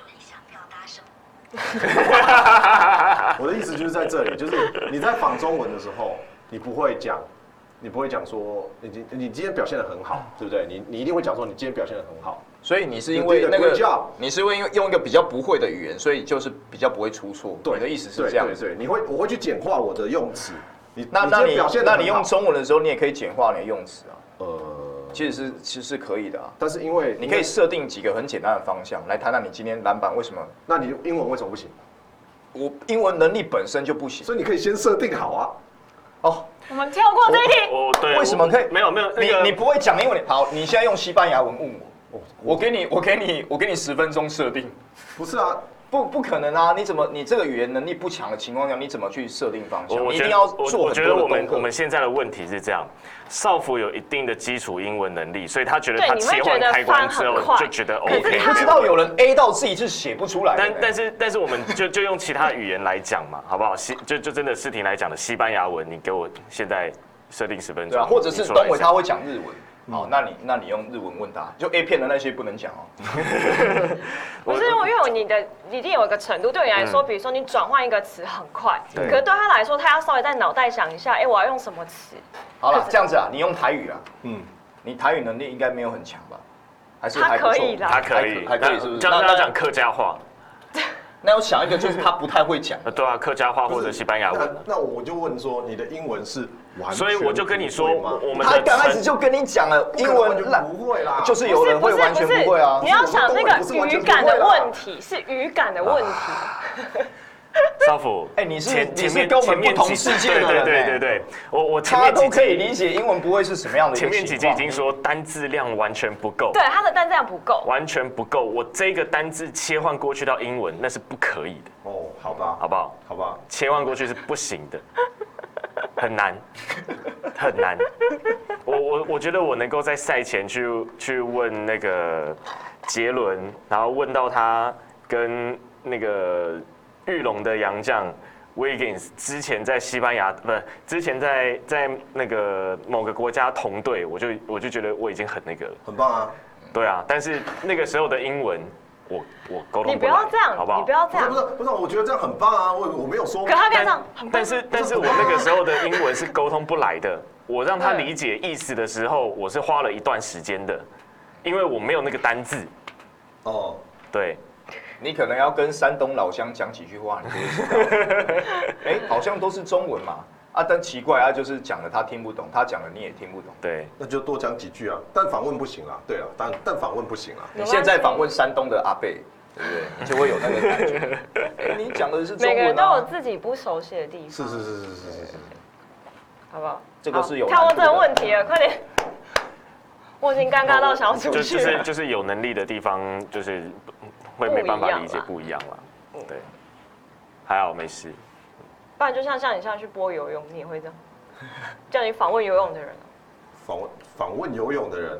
[SPEAKER 1] 我的意思就是在这里，就是你在仿中文的时候，你不会讲，你不会讲说你今你今天表现的很好，对不对？你你一定会讲说你今天表现的很好。
[SPEAKER 5] 所以你是因为
[SPEAKER 1] You did a
[SPEAKER 5] 那
[SPEAKER 1] good job
[SPEAKER 5] 个，你是因为用一个比较不会的语言，所以就是比较不会出错。
[SPEAKER 1] 对
[SPEAKER 5] 你的意思是这样
[SPEAKER 1] 对
[SPEAKER 5] 子。
[SPEAKER 1] 对对，你会我会去简化我的用词。你
[SPEAKER 5] 那那
[SPEAKER 1] 今
[SPEAKER 5] 你
[SPEAKER 1] 天表现得
[SPEAKER 5] 那
[SPEAKER 1] 很好
[SPEAKER 5] 你用中文的时候，你也可以简化你的用词啊，
[SPEAKER 1] 呃，
[SPEAKER 5] 其实是其实是可以的啊。
[SPEAKER 1] 但是因为
[SPEAKER 5] 你可以，设定几个很简单的方向来谈谈你今天篮板为什么
[SPEAKER 1] 那你英文为什么不行？
[SPEAKER 5] 我英文能力本身就不行
[SPEAKER 1] 所以你可以先设定好啊。
[SPEAKER 5] 哦。
[SPEAKER 2] 我们跳过这一题。
[SPEAKER 4] 哦对，
[SPEAKER 5] 为什么可以？
[SPEAKER 4] 没有没有那个
[SPEAKER 5] 你你不会讲英文，好，你现在用西班牙文问我，我给你我给你我给你十分钟设定，
[SPEAKER 1] 不是啊，
[SPEAKER 5] 不不可能啊！你怎么你这个语言能力不强的情况下，你怎么去设定方向？
[SPEAKER 4] 我
[SPEAKER 5] 你一
[SPEAKER 4] 觉得
[SPEAKER 5] 定要
[SPEAKER 4] 我
[SPEAKER 5] 做
[SPEAKER 4] 我
[SPEAKER 5] 很
[SPEAKER 4] 觉得
[SPEAKER 5] 多
[SPEAKER 4] 我
[SPEAKER 5] 的
[SPEAKER 4] 们
[SPEAKER 5] 功
[SPEAKER 4] 我
[SPEAKER 5] 课
[SPEAKER 4] 们。现在的问题是这样，少辅有一定的基础英文能力，所以他觉得
[SPEAKER 2] 对
[SPEAKER 4] 他
[SPEAKER 2] 你会
[SPEAKER 4] 切换
[SPEAKER 2] 觉得
[SPEAKER 4] 开关
[SPEAKER 2] 翻
[SPEAKER 4] 之
[SPEAKER 2] 很
[SPEAKER 4] 后
[SPEAKER 2] 快
[SPEAKER 4] 就觉得
[SPEAKER 2] 可是
[SPEAKER 4] OK
[SPEAKER 2] 他。
[SPEAKER 5] 哎不知道有人 A 到自己是写不出来的
[SPEAKER 4] 但
[SPEAKER 5] 呢，
[SPEAKER 4] 但是但是我们就就用其他语言来讲嘛，好不好？西就就真的事情来讲的西班牙文，你给我现在设定十分
[SPEAKER 5] 对
[SPEAKER 4] 钟，
[SPEAKER 5] 啊，或者是
[SPEAKER 4] 你说来
[SPEAKER 5] 东伟
[SPEAKER 4] 讲
[SPEAKER 5] 他会讲日文，好，那你那你用日文问他，就 A 片的那些不能讲哦。
[SPEAKER 2] 不是因为因为你的一定有一个程度，对你来说，比如说你转换一个词很快，可
[SPEAKER 4] 对
[SPEAKER 2] 是对他来说，他要稍微在脑袋想一下，哎，我要用什么词？
[SPEAKER 5] 好
[SPEAKER 2] 可
[SPEAKER 5] 了，
[SPEAKER 2] 是
[SPEAKER 5] 这样子啊，你用台语啊，
[SPEAKER 1] 嗯，
[SPEAKER 5] 你台语能力应该没有很强吧？还是
[SPEAKER 2] 他
[SPEAKER 5] 还不错
[SPEAKER 2] 可以啦
[SPEAKER 4] 他可以，
[SPEAKER 5] 还可以是不是？
[SPEAKER 4] 教
[SPEAKER 5] 那
[SPEAKER 4] 他
[SPEAKER 5] 那
[SPEAKER 4] 讲客家话，
[SPEAKER 5] 那我想一个就是他不太会 讲的
[SPEAKER 4] 呃，对啊，客家话
[SPEAKER 1] 不
[SPEAKER 4] 或
[SPEAKER 1] 是
[SPEAKER 4] 者西班牙文啊。
[SPEAKER 1] 那那我就问说，你的英文是完全
[SPEAKER 4] 所以我就跟你说，
[SPEAKER 1] 不会吗
[SPEAKER 4] 我我们
[SPEAKER 5] 他
[SPEAKER 4] 的
[SPEAKER 5] 刚开始
[SPEAKER 4] 程
[SPEAKER 5] 就跟你讲了，英
[SPEAKER 1] 英文
[SPEAKER 5] 文
[SPEAKER 1] 就
[SPEAKER 5] 烂
[SPEAKER 1] 不会啦，
[SPEAKER 5] 就是有人会完全不会啊。
[SPEAKER 2] 你要想那
[SPEAKER 1] 不
[SPEAKER 2] 个
[SPEAKER 1] 是完全
[SPEAKER 2] 语
[SPEAKER 1] 不会啦
[SPEAKER 2] 感的问题，是语感的问题。
[SPEAKER 4] 少辅，
[SPEAKER 5] 哎你是
[SPEAKER 4] 前
[SPEAKER 5] 你是
[SPEAKER 4] 前面
[SPEAKER 5] 跟我们
[SPEAKER 4] 前面
[SPEAKER 5] 不同
[SPEAKER 4] 几
[SPEAKER 5] 世界的人
[SPEAKER 4] 对对
[SPEAKER 5] 哎
[SPEAKER 4] 对对对，我我前
[SPEAKER 5] 他
[SPEAKER 4] 面
[SPEAKER 5] 都
[SPEAKER 4] 几
[SPEAKER 5] 可以
[SPEAKER 4] 集
[SPEAKER 5] 理解英文不会是什么样的一
[SPEAKER 4] 前
[SPEAKER 5] 个
[SPEAKER 4] 面几集已
[SPEAKER 5] 情况
[SPEAKER 4] 经说单字量完全不够，
[SPEAKER 7] 对，他的单量不够。
[SPEAKER 4] 完全不够，我这个单字切换过去到英文那是不可以的，
[SPEAKER 1] 哦，好吧，
[SPEAKER 4] 好不好？
[SPEAKER 1] 好吧，
[SPEAKER 4] 切换过去是不行的，很难，很难。我我我觉得我能够在赛前去去问那个杰伦，然后问到他跟那个玉龙的洋将 Wiggins 之前在西班牙不是之前在在那个某个国家同队，我就我就觉得我已经很那个了。
[SPEAKER 1] 很棒啊！
[SPEAKER 4] 对啊，但是那个时候的英文我我沟通
[SPEAKER 7] 你不
[SPEAKER 4] 来
[SPEAKER 7] 要这样，
[SPEAKER 4] 好不好？
[SPEAKER 7] 你不要这样
[SPEAKER 1] 不是不。是不是，我觉得这样很棒啊！我我没有说
[SPEAKER 7] 可，他不要这样，
[SPEAKER 4] 但但是但是我那个时候的英文是沟通不来的，我让他理解意思的时候，我是花了一段时间的，因为我没有那个单字。
[SPEAKER 1] 哦，
[SPEAKER 4] 对，
[SPEAKER 5] 你可能要跟山东老乡讲几句话，你就会知道。 哎、好像都是中文嘛，啊，但奇怪啊，就是讲的他听不懂，他讲的你也听不懂。
[SPEAKER 4] 对，
[SPEAKER 1] 那就多讲几句啊。但访问不行啊，对啊，但但访问不行啊。
[SPEAKER 5] 你现在访问山东的阿贝，对不对？你就会有那个感觉。哎、你讲的是中
[SPEAKER 7] 每个人
[SPEAKER 5] 文
[SPEAKER 7] 都有
[SPEAKER 5] 啊，
[SPEAKER 7] 自己不熟悉的地
[SPEAKER 1] 是
[SPEAKER 7] 方，
[SPEAKER 1] 是是是是是是，
[SPEAKER 7] 好不好？
[SPEAKER 5] 这个是有
[SPEAKER 7] 好跳过
[SPEAKER 5] 难度
[SPEAKER 7] 这个
[SPEAKER 5] 的
[SPEAKER 7] 问题了，快点。我已经尴尬到想要出
[SPEAKER 4] 就
[SPEAKER 7] 去
[SPEAKER 4] 就
[SPEAKER 7] 了。
[SPEAKER 4] 是就是有能力的地方，就是会没办法理解不一样了。对，还好没事。
[SPEAKER 7] 不然就像像你像去播游泳，你也会这样， 叫你访问游泳的人，
[SPEAKER 1] 访问访问游泳的人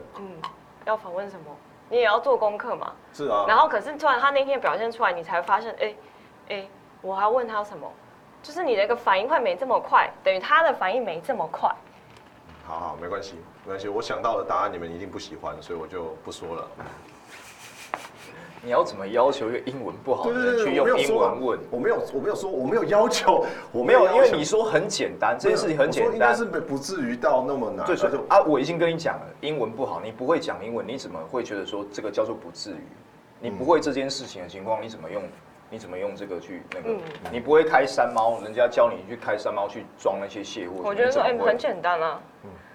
[SPEAKER 7] 要访问什么，你也要做功课嘛。
[SPEAKER 1] 是啊，
[SPEAKER 7] 然后可是突然他那天表现出来，你才发现，哎、哎、我还问他什么，就是你的一个反应快没这么快，等于他的反应没这么快。
[SPEAKER 1] 好好没关系没关系，我想到的答案你们一定不喜欢，所以我就不说了。
[SPEAKER 5] 你要怎么要求一个英文不好
[SPEAKER 4] 哦
[SPEAKER 5] 的
[SPEAKER 1] 对对
[SPEAKER 5] 人
[SPEAKER 1] 对，
[SPEAKER 5] 去
[SPEAKER 1] 我没有
[SPEAKER 5] 用英
[SPEAKER 1] 说啊
[SPEAKER 5] 文问？
[SPEAKER 1] 我没有我没有说我没有要求，我
[SPEAKER 5] 没有，因
[SPEAKER 1] 要求
[SPEAKER 5] 为你说很简单，这件事情很
[SPEAKER 1] 我说
[SPEAKER 5] 简
[SPEAKER 1] 应
[SPEAKER 5] 单
[SPEAKER 1] 该是。不至于到那么难。
[SPEAKER 5] 对，所以
[SPEAKER 1] 而且
[SPEAKER 5] 啊，我已经跟你讲了，英文不好，你不会讲英文，你怎么会觉得说这个叫做不至于？你不
[SPEAKER 4] 嗯
[SPEAKER 5] 会这件事情的情况，你怎么用？你怎么用这个去那个？
[SPEAKER 7] 嗯
[SPEAKER 5] 你不会开山猫，人家教你去开山猫去装那些蟹货。
[SPEAKER 7] 我觉得
[SPEAKER 5] 你
[SPEAKER 7] 说，
[SPEAKER 5] 怎
[SPEAKER 7] 哎、
[SPEAKER 5] 么会
[SPEAKER 7] 很简单啊。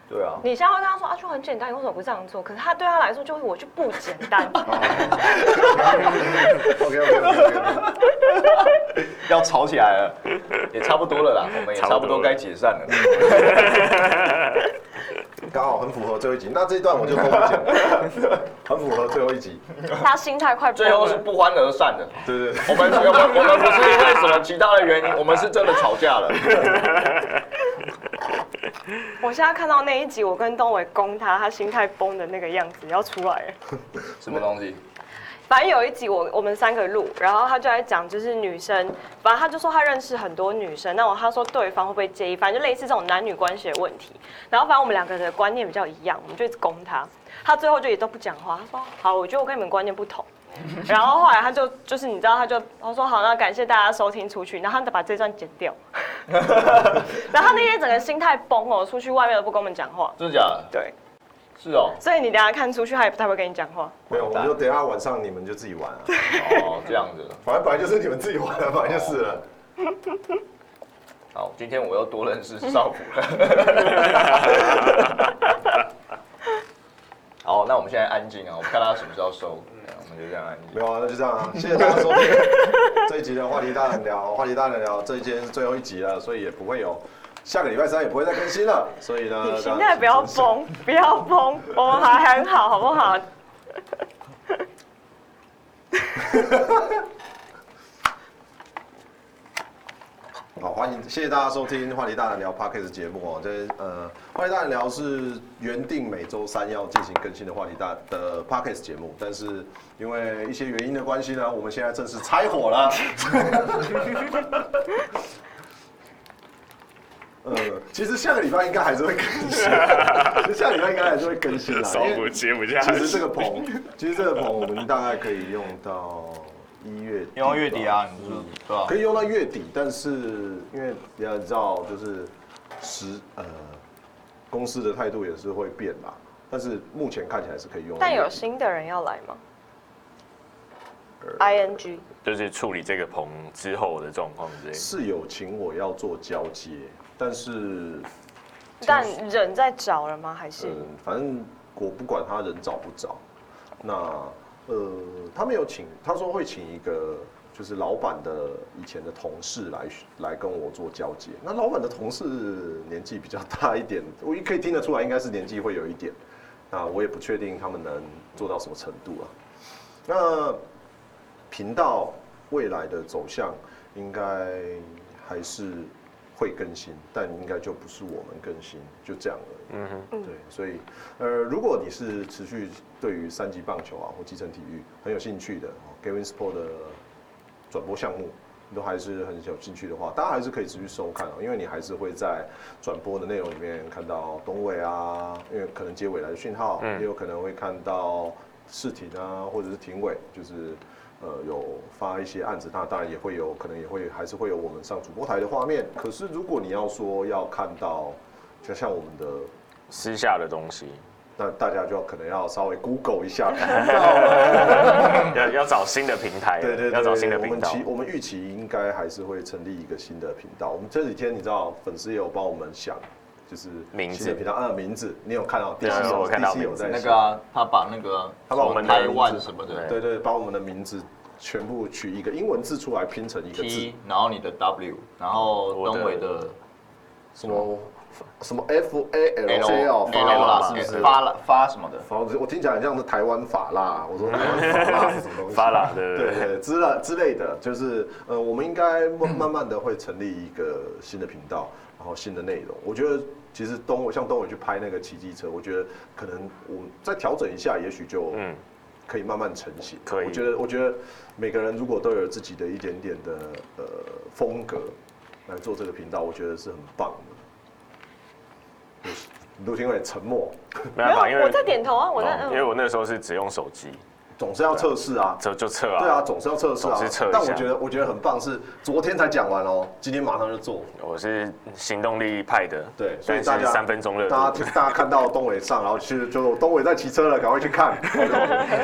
[SPEAKER 5] 对啊，
[SPEAKER 7] 你现在会跟他说啊，就很简单，你为什么不这样做？可是他对他来说就是我就不简单。
[SPEAKER 1] OK OK OK，
[SPEAKER 5] 要吵起来了，也差不多了啦，我们也
[SPEAKER 4] 差
[SPEAKER 5] 差
[SPEAKER 4] 不
[SPEAKER 5] 不
[SPEAKER 4] 多
[SPEAKER 5] 多
[SPEAKER 4] 了
[SPEAKER 5] 该解散了。
[SPEAKER 1] 刚好很符合最后一集。那这一段我就都不讲， 很符合最后一集。
[SPEAKER 7] 他心态快
[SPEAKER 5] 最后
[SPEAKER 7] 崩
[SPEAKER 5] 是
[SPEAKER 7] 了。
[SPEAKER 5] 不欢而散的。
[SPEAKER 1] 对对对。
[SPEAKER 5] 我们我们我们不是因为什么其他的原因，我们是真的吵架了。
[SPEAKER 2] 我现在看到那一集，我跟东伟攻他，他心态崩的那个样子要出来了。
[SPEAKER 5] 什么东西？
[SPEAKER 2] 反正有一集我我们三个录，然后他就在讲就是女生，反正他就说他认识很多女生，那我他说对方会不会介意，反正就类似这种男女关系的问题。然后反正我们两个人的观念比较一样，我们就一直攻他，他最后就也都不讲话，他说好，我觉得我跟你们观念不同。然后后来他就就是你知道他就他说好，那感谢大家收听出去，然后他把这段剪掉，然后他那天整个心态崩哦，出去外面都不跟我们讲话，
[SPEAKER 5] 真的假的？
[SPEAKER 2] 对，
[SPEAKER 5] 是哦。
[SPEAKER 2] 所以你等一下看出去他也不太会跟你讲话。
[SPEAKER 1] 没有，我们就等一下晚上你们就自己玩啊。
[SPEAKER 5] 哦，这样子。
[SPEAKER 1] 反正本来就是你们自己玩的，反正就是了。
[SPEAKER 5] 好，今天我又多认识少辅了。好，那我们现在安静啊，我们看他什么时候收，我们就这样安
[SPEAKER 1] 没
[SPEAKER 5] 静。
[SPEAKER 1] 有啊，那就这样啊。谢谢大家收听这一集的话题大人聊，话题大人聊这一集是最后一集了，所以也不会有下个礼拜三也不会再更新了。所以呢，
[SPEAKER 2] 你心
[SPEAKER 1] 大家
[SPEAKER 2] 态不要崩，不要崩，我们还很好，好不好？
[SPEAKER 1] 好，欢迎，谢谢大家收听《话题大人聊》Podcast 节目哦。这呃，《话题大人聊》是原定每周三要进行更新的话题大的 Podcast 节目，但是因为一些原因的关系呢，我们现在正式拆伙了。 呃，其实下个礼拜应该还是会更新， 下个礼拜应该还是会更新啦。
[SPEAKER 4] 少
[SPEAKER 1] 因
[SPEAKER 4] 辅
[SPEAKER 1] 为
[SPEAKER 4] 接不下
[SPEAKER 1] 其
[SPEAKER 4] 去
[SPEAKER 1] 实这个棚，其实这个棚我们大概可以用到一月底吧，
[SPEAKER 5] 用到月底啊，你说对吧
[SPEAKER 1] 可？以用到月底，但是因为你要知道，就是时呃公司的态度也是会变嘛。但是目前看起来是可以用到
[SPEAKER 2] 但
[SPEAKER 1] 月底。
[SPEAKER 2] 有新的人要来吗？ing
[SPEAKER 4] 呃就是处理这个棚之后的状况之类的。
[SPEAKER 1] 是有请我要做交接，但是
[SPEAKER 2] 但人在找了吗？还是
[SPEAKER 1] 嗯，反正我不管他人找不找，那呃，他们有请，他说会请一个就是老板的以前的同事来来跟我做交接。那老板的同事年纪比较大一点，我也可以听得出来，应该是年纪会有一点。那我也不确定他们能做到什么程度啊。那频道未来的走向应该还是会更新，但应该就不是我们更新，就这样了。
[SPEAKER 4] 嗯哼，
[SPEAKER 1] 对，所以呃，如果你是持续对于三级棒球啊或基层体育很有兴趣的、哦、，Gavin Sport 的转播项目，你都还是很有兴趣的话，大家还是可以持续收看哦，因为你还是会在转播的内容里面看到东伟啊，因为可能接未来的讯号，
[SPEAKER 4] 嗯
[SPEAKER 1] 也有可能会看到视庭啊或者是庭委，就是。呃，有发一些案子，那当然也会有，可能也会还是会有我们上主播台的画面。可是如果你要说要看到，就像我们的
[SPEAKER 4] 私下的东西
[SPEAKER 1] 那大家就可能要稍微 Google 一 下，
[SPEAKER 4] 要要找新的平台，
[SPEAKER 1] 对对对，
[SPEAKER 4] 要找新的
[SPEAKER 1] 我
[SPEAKER 4] 频
[SPEAKER 1] 们
[SPEAKER 4] 道
[SPEAKER 1] 期。我们预期应该还是会成立一个新的频道。我们这几天你知道，粉丝也有帮我们想，就是
[SPEAKER 4] 名字
[SPEAKER 1] 新的频道啊，名字你有看到？第
[SPEAKER 4] 对
[SPEAKER 1] 七有
[SPEAKER 4] 我看到
[SPEAKER 1] 第七有在
[SPEAKER 5] 那
[SPEAKER 1] 想
[SPEAKER 5] 个啊，他把那个
[SPEAKER 1] 他把我们的
[SPEAKER 5] 台
[SPEAKER 1] 名字
[SPEAKER 5] 湾什么的
[SPEAKER 1] 对对，把我们的名字全部取一个英文字出来拼成一个字
[SPEAKER 5] T，，然后你的 W，然后
[SPEAKER 4] 我的
[SPEAKER 5] 东伟的
[SPEAKER 1] 什么什么 F A L J
[SPEAKER 5] L
[SPEAKER 1] 哦，发
[SPEAKER 4] 啊
[SPEAKER 1] 啦
[SPEAKER 5] 啦
[SPEAKER 1] 是不是？
[SPEAKER 5] 发啦发什么的，
[SPEAKER 1] 反正我听起来很像是台湾法啦，我说台湾法啦是什么东西？
[SPEAKER 4] 发啦对对
[SPEAKER 1] 对
[SPEAKER 4] 对
[SPEAKER 1] 对之类之类的，就是呃，我们应该慢慢慢的会成立一个新的频道，然后新的内容。我觉得其实东我像东伟去拍那个骑机车，我觉得可能我再调整一下，也许就
[SPEAKER 4] 嗯，
[SPEAKER 1] 可以慢慢成型。
[SPEAKER 4] 可以
[SPEAKER 1] 我觉得我觉得每个人如果都有自己的一点点的呃风格来做这个频道，我觉得是很棒的。卢廷伟沉默，
[SPEAKER 4] 没办
[SPEAKER 2] 没
[SPEAKER 4] 法，呃因
[SPEAKER 2] 有，我
[SPEAKER 4] 为
[SPEAKER 2] 在点头啊，我在
[SPEAKER 4] 哦因为
[SPEAKER 2] 嗯，
[SPEAKER 4] 我那时候是只用手机，
[SPEAKER 1] 总是要测试啊。
[SPEAKER 4] 就就测啊。
[SPEAKER 1] 对啊，，总是要测试啊。
[SPEAKER 4] 总是测一下
[SPEAKER 1] 但我觉得我觉得很棒，是昨天才讲完哦，今天马上就做。
[SPEAKER 4] 我是行动力派的，
[SPEAKER 1] 对，所以
[SPEAKER 4] 但
[SPEAKER 1] 大
[SPEAKER 4] 是
[SPEAKER 1] 家
[SPEAKER 4] 三分钟热
[SPEAKER 1] 大
[SPEAKER 4] 度
[SPEAKER 1] 家。大家看到东伟上，然后其实就东伟在骑车了，赶快去 看。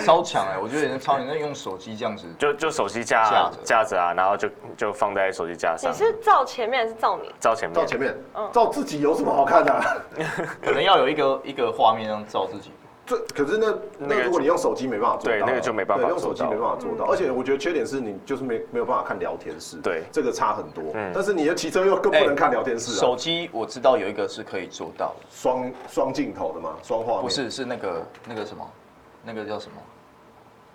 [SPEAKER 5] 超强哎，我觉得人超强，那用手机这样子，
[SPEAKER 4] 就就手机架
[SPEAKER 5] 架
[SPEAKER 4] 啊
[SPEAKER 5] 着
[SPEAKER 4] 架着啊，然后就就放在手机架
[SPEAKER 2] 你
[SPEAKER 4] 上，
[SPEAKER 2] 是照前面还是照你？
[SPEAKER 4] 照前面，
[SPEAKER 1] 照前面，照自己有什么好看的、 啊？
[SPEAKER 5] 可能要有一个一个画面这样照自己。
[SPEAKER 1] 这可是那
[SPEAKER 4] 那
[SPEAKER 1] 那
[SPEAKER 4] 个
[SPEAKER 1] 如果你用手机没办法做到啊，
[SPEAKER 4] 对那个就没办法
[SPEAKER 1] 对用手机
[SPEAKER 4] 做到嗯
[SPEAKER 1] 没办法做到。而且我觉得缺点是你就是没没有办法看聊天室，啊
[SPEAKER 4] 对嗯
[SPEAKER 1] 这个差很多。但是你的骑车又更不能看聊天室
[SPEAKER 4] 哎
[SPEAKER 1] 啊
[SPEAKER 5] 手，机我知道有一个是可以做到的，
[SPEAKER 1] 双双镜头的嘛，双画面
[SPEAKER 5] 不是是那个那个什么，那个叫什么？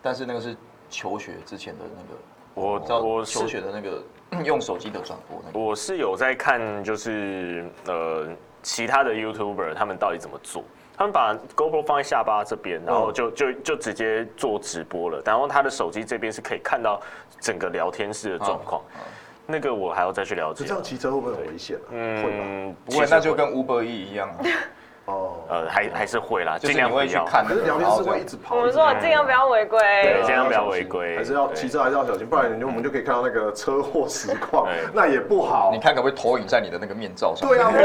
[SPEAKER 5] 但是那个是求学之前的那个，
[SPEAKER 4] 我
[SPEAKER 5] 知道
[SPEAKER 4] 我是
[SPEAKER 5] 求学的那个用手机的转播那个。
[SPEAKER 4] 我是有在看，就是呃，其他的 YouTuber 他们到底怎么做。他们把 GoPro 放在下巴这边，
[SPEAKER 1] 嗯
[SPEAKER 4] 然后就就就直接做直播了。然后他的手机这边是可以看到整个聊天室的状况。那个我还要再去了
[SPEAKER 1] 就
[SPEAKER 4] 解
[SPEAKER 1] 嗯这
[SPEAKER 4] 啊。
[SPEAKER 1] 样骑车会不会很危险啊？会吧？
[SPEAKER 4] 嗯，
[SPEAKER 5] 不会，
[SPEAKER 4] 其实
[SPEAKER 5] 那就跟 Uber E 一 样啊，
[SPEAKER 1] 哦，
[SPEAKER 4] 呃还还是会啦，
[SPEAKER 5] 就
[SPEAKER 4] 尽
[SPEAKER 5] 是你
[SPEAKER 4] 量不
[SPEAKER 5] 会去
[SPEAKER 4] 要。
[SPEAKER 5] 看
[SPEAKER 1] 可
[SPEAKER 5] 那
[SPEAKER 1] 是
[SPEAKER 5] 个，
[SPEAKER 1] 聊
[SPEAKER 5] 然
[SPEAKER 1] 天
[SPEAKER 5] 后
[SPEAKER 1] 室
[SPEAKER 5] 这
[SPEAKER 1] 会一
[SPEAKER 5] 样
[SPEAKER 1] 直跑。
[SPEAKER 2] 我
[SPEAKER 1] 一
[SPEAKER 2] 们
[SPEAKER 1] 直
[SPEAKER 2] 说
[SPEAKER 1] 跑
[SPEAKER 2] 尽量不要违
[SPEAKER 4] 哦对
[SPEAKER 2] 规，
[SPEAKER 4] 尽量不要
[SPEAKER 1] 小心
[SPEAKER 4] 违规
[SPEAKER 1] 还是要
[SPEAKER 4] 对
[SPEAKER 1] 骑车还是要小心，不然你就我们就可以看到那个车祸实况
[SPEAKER 4] 对，
[SPEAKER 1] 那也不好
[SPEAKER 5] 你。看可不可以投影在你的那个面罩上？
[SPEAKER 1] 对啊，我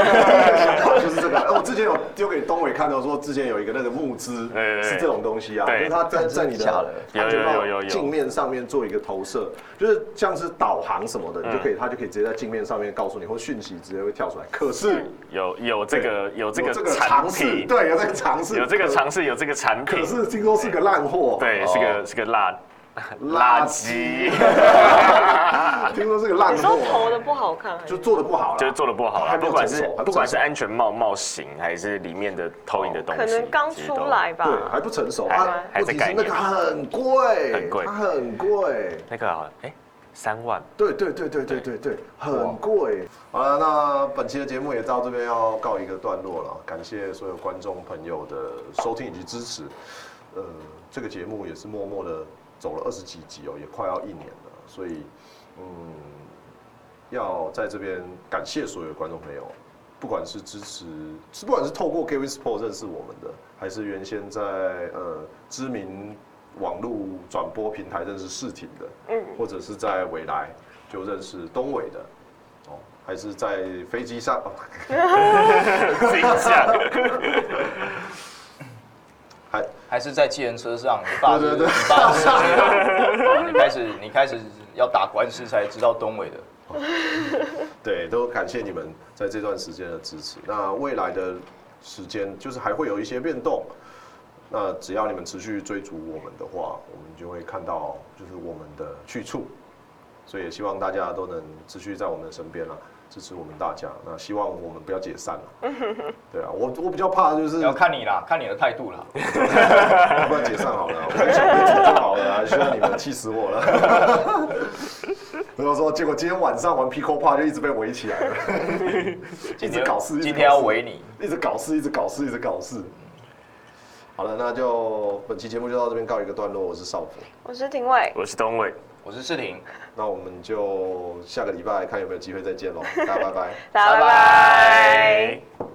[SPEAKER 1] 想到就是这个。哎我之前有丢给东伟看到说，之前有一个那个募资
[SPEAKER 4] 对对
[SPEAKER 1] 是这种东西啊，就
[SPEAKER 4] 对
[SPEAKER 1] 是它在在你
[SPEAKER 5] 真的假
[SPEAKER 1] 的
[SPEAKER 5] 的
[SPEAKER 1] 安全帽
[SPEAKER 4] 有有有有有
[SPEAKER 1] 镜面上面做一个投射，就是像是导航什么的，
[SPEAKER 4] 嗯
[SPEAKER 1] 你就可以它就可以直接在镜面上面告诉你，或讯息直接会跳出来。可是
[SPEAKER 4] 有有这个有这
[SPEAKER 1] 有
[SPEAKER 4] 个
[SPEAKER 1] 这个
[SPEAKER 4] 产
[SPEAKER 1] 尝试，
[SPEAKER 4] 品，
[SPEAKER 1] 对，有这个尝试，
[SPEAKER 4] 有这个
[SPEAKER 1] 可
[SPEAKER 4] 尝试，有这个产品
[SPEAKER 1] 可，是听说是个烂货，
[SPEAKER 4] 对，是个是个辣
[SPEAKER 1] 垃
[SPEAKER 4] 垃圾，
[SPEAKER 1] 听说是个烂
[SPEAKER 2] 你说头
[SPEAKER 1] 货，啊
[SPEAKER 2] 的不好看还？
[SPEAKER 1] 就是做的不好啦，
[SPEAKER 4] 啊就是做的不好啦。
[SPEAKER 1] 还没
[SPEAKER 4] 不
[SPEAKER 1] 有
[SPEAKER 4] 管
[SPEAKER 1] 成
[SPEAKER 4] 是
[SPEAKER 1] 熟还不成熟
[SPEAKER 4] 不管是安全帽帽型，还是里面的投影的东西，
[SPEAKER 2] 哦可能刚
[SPEAKER 4] 其实都
[SPEAKER 2] 出来吧。
[SPEAKER 1] 对，还不成熟
[SPEAKER 4] 还
[SPEAKER 1] 啊。
[SPEAKER 4] 还
[SPEAKER 1] 问
[SPEAKER 4] 在
[SPEAKER 1] 题
[SPEAKER 4] 概
[SPEAKER 1] 是那
[SPEAKER 4] 念
[SPEAKER 1] 个很贵，
[SPEAKER 4] 很贵
[SPEAKER 1] 它很贵。
[SPEAKER 4] 那个好，哎，三万，
[SPEAKER 1] 对对对对对对对，很贵。好了，那本期的节目也到这边要告一个段落了，感谢所有观众朋友呃的收听以及支持。呃，这个节目也是默默的走了二十几集哦，也快要一年了，所以嗯，要在这边感谢所有观众朋友，不管是支持，不管是透过 Gavin Sport 认识我们的，还是原先在呃知名网络转播平台认识世挺的，
[SPEAKER 2] 嗯，
[SPEAKER 1] 或者是在未来就认识东伟的，哦，还是在飞机上， 哦
[SPEAKER 4] 自己讲，
[SPEAKER 1] 还
[SPEAKER 5] 还是在计程车上，你爸
[SPEAKER 1] 对
[SPEAKER 5] 是
[SPEAKER 1] 对对
[SPEAKER 5] 你 爸是这样，你开始你开始要打官司才知道东伟的。
[SPEAKER 1] 对，都感谢你们在这段时间的支持。那未来的时间就是还会有一些变动，那只要你们持续追逐我们的话，我们就会看到就是我们的去处。所以也希望大家都能持续在我们的身边啦，啊支持我们大家。那希望我们不要解散了。对啊，我我比较怕的就是
[SPEAKER 3] 要看你啦，看你的态度啦。
[SPEAKER 1] 要不然解散好了，我们小杯组就好了、啊，需要你们气死我了。然后说，结果今天晚上玩 Pico p a 就一直被围起来了，一直搞事，一直搞事
[SPEAKER 3] 今天要围你。
[SPEAKER 1] 一直搞事，一直搞事，一直搞事。好了，那就本期节目就到这边告一个段落。我是少辅，
[SPEAKER 2] 我是廷伟，
[SPEAKER 4] 我是东伟，
[SPEAKER 3] 我是世廷，
[SPEAKER 1] 那我们就下个礼拜看有没有机会再见喽，大家拜拜。
[SPEAKER 2] 大家拜拜。
[SPEAKER 4] 拜。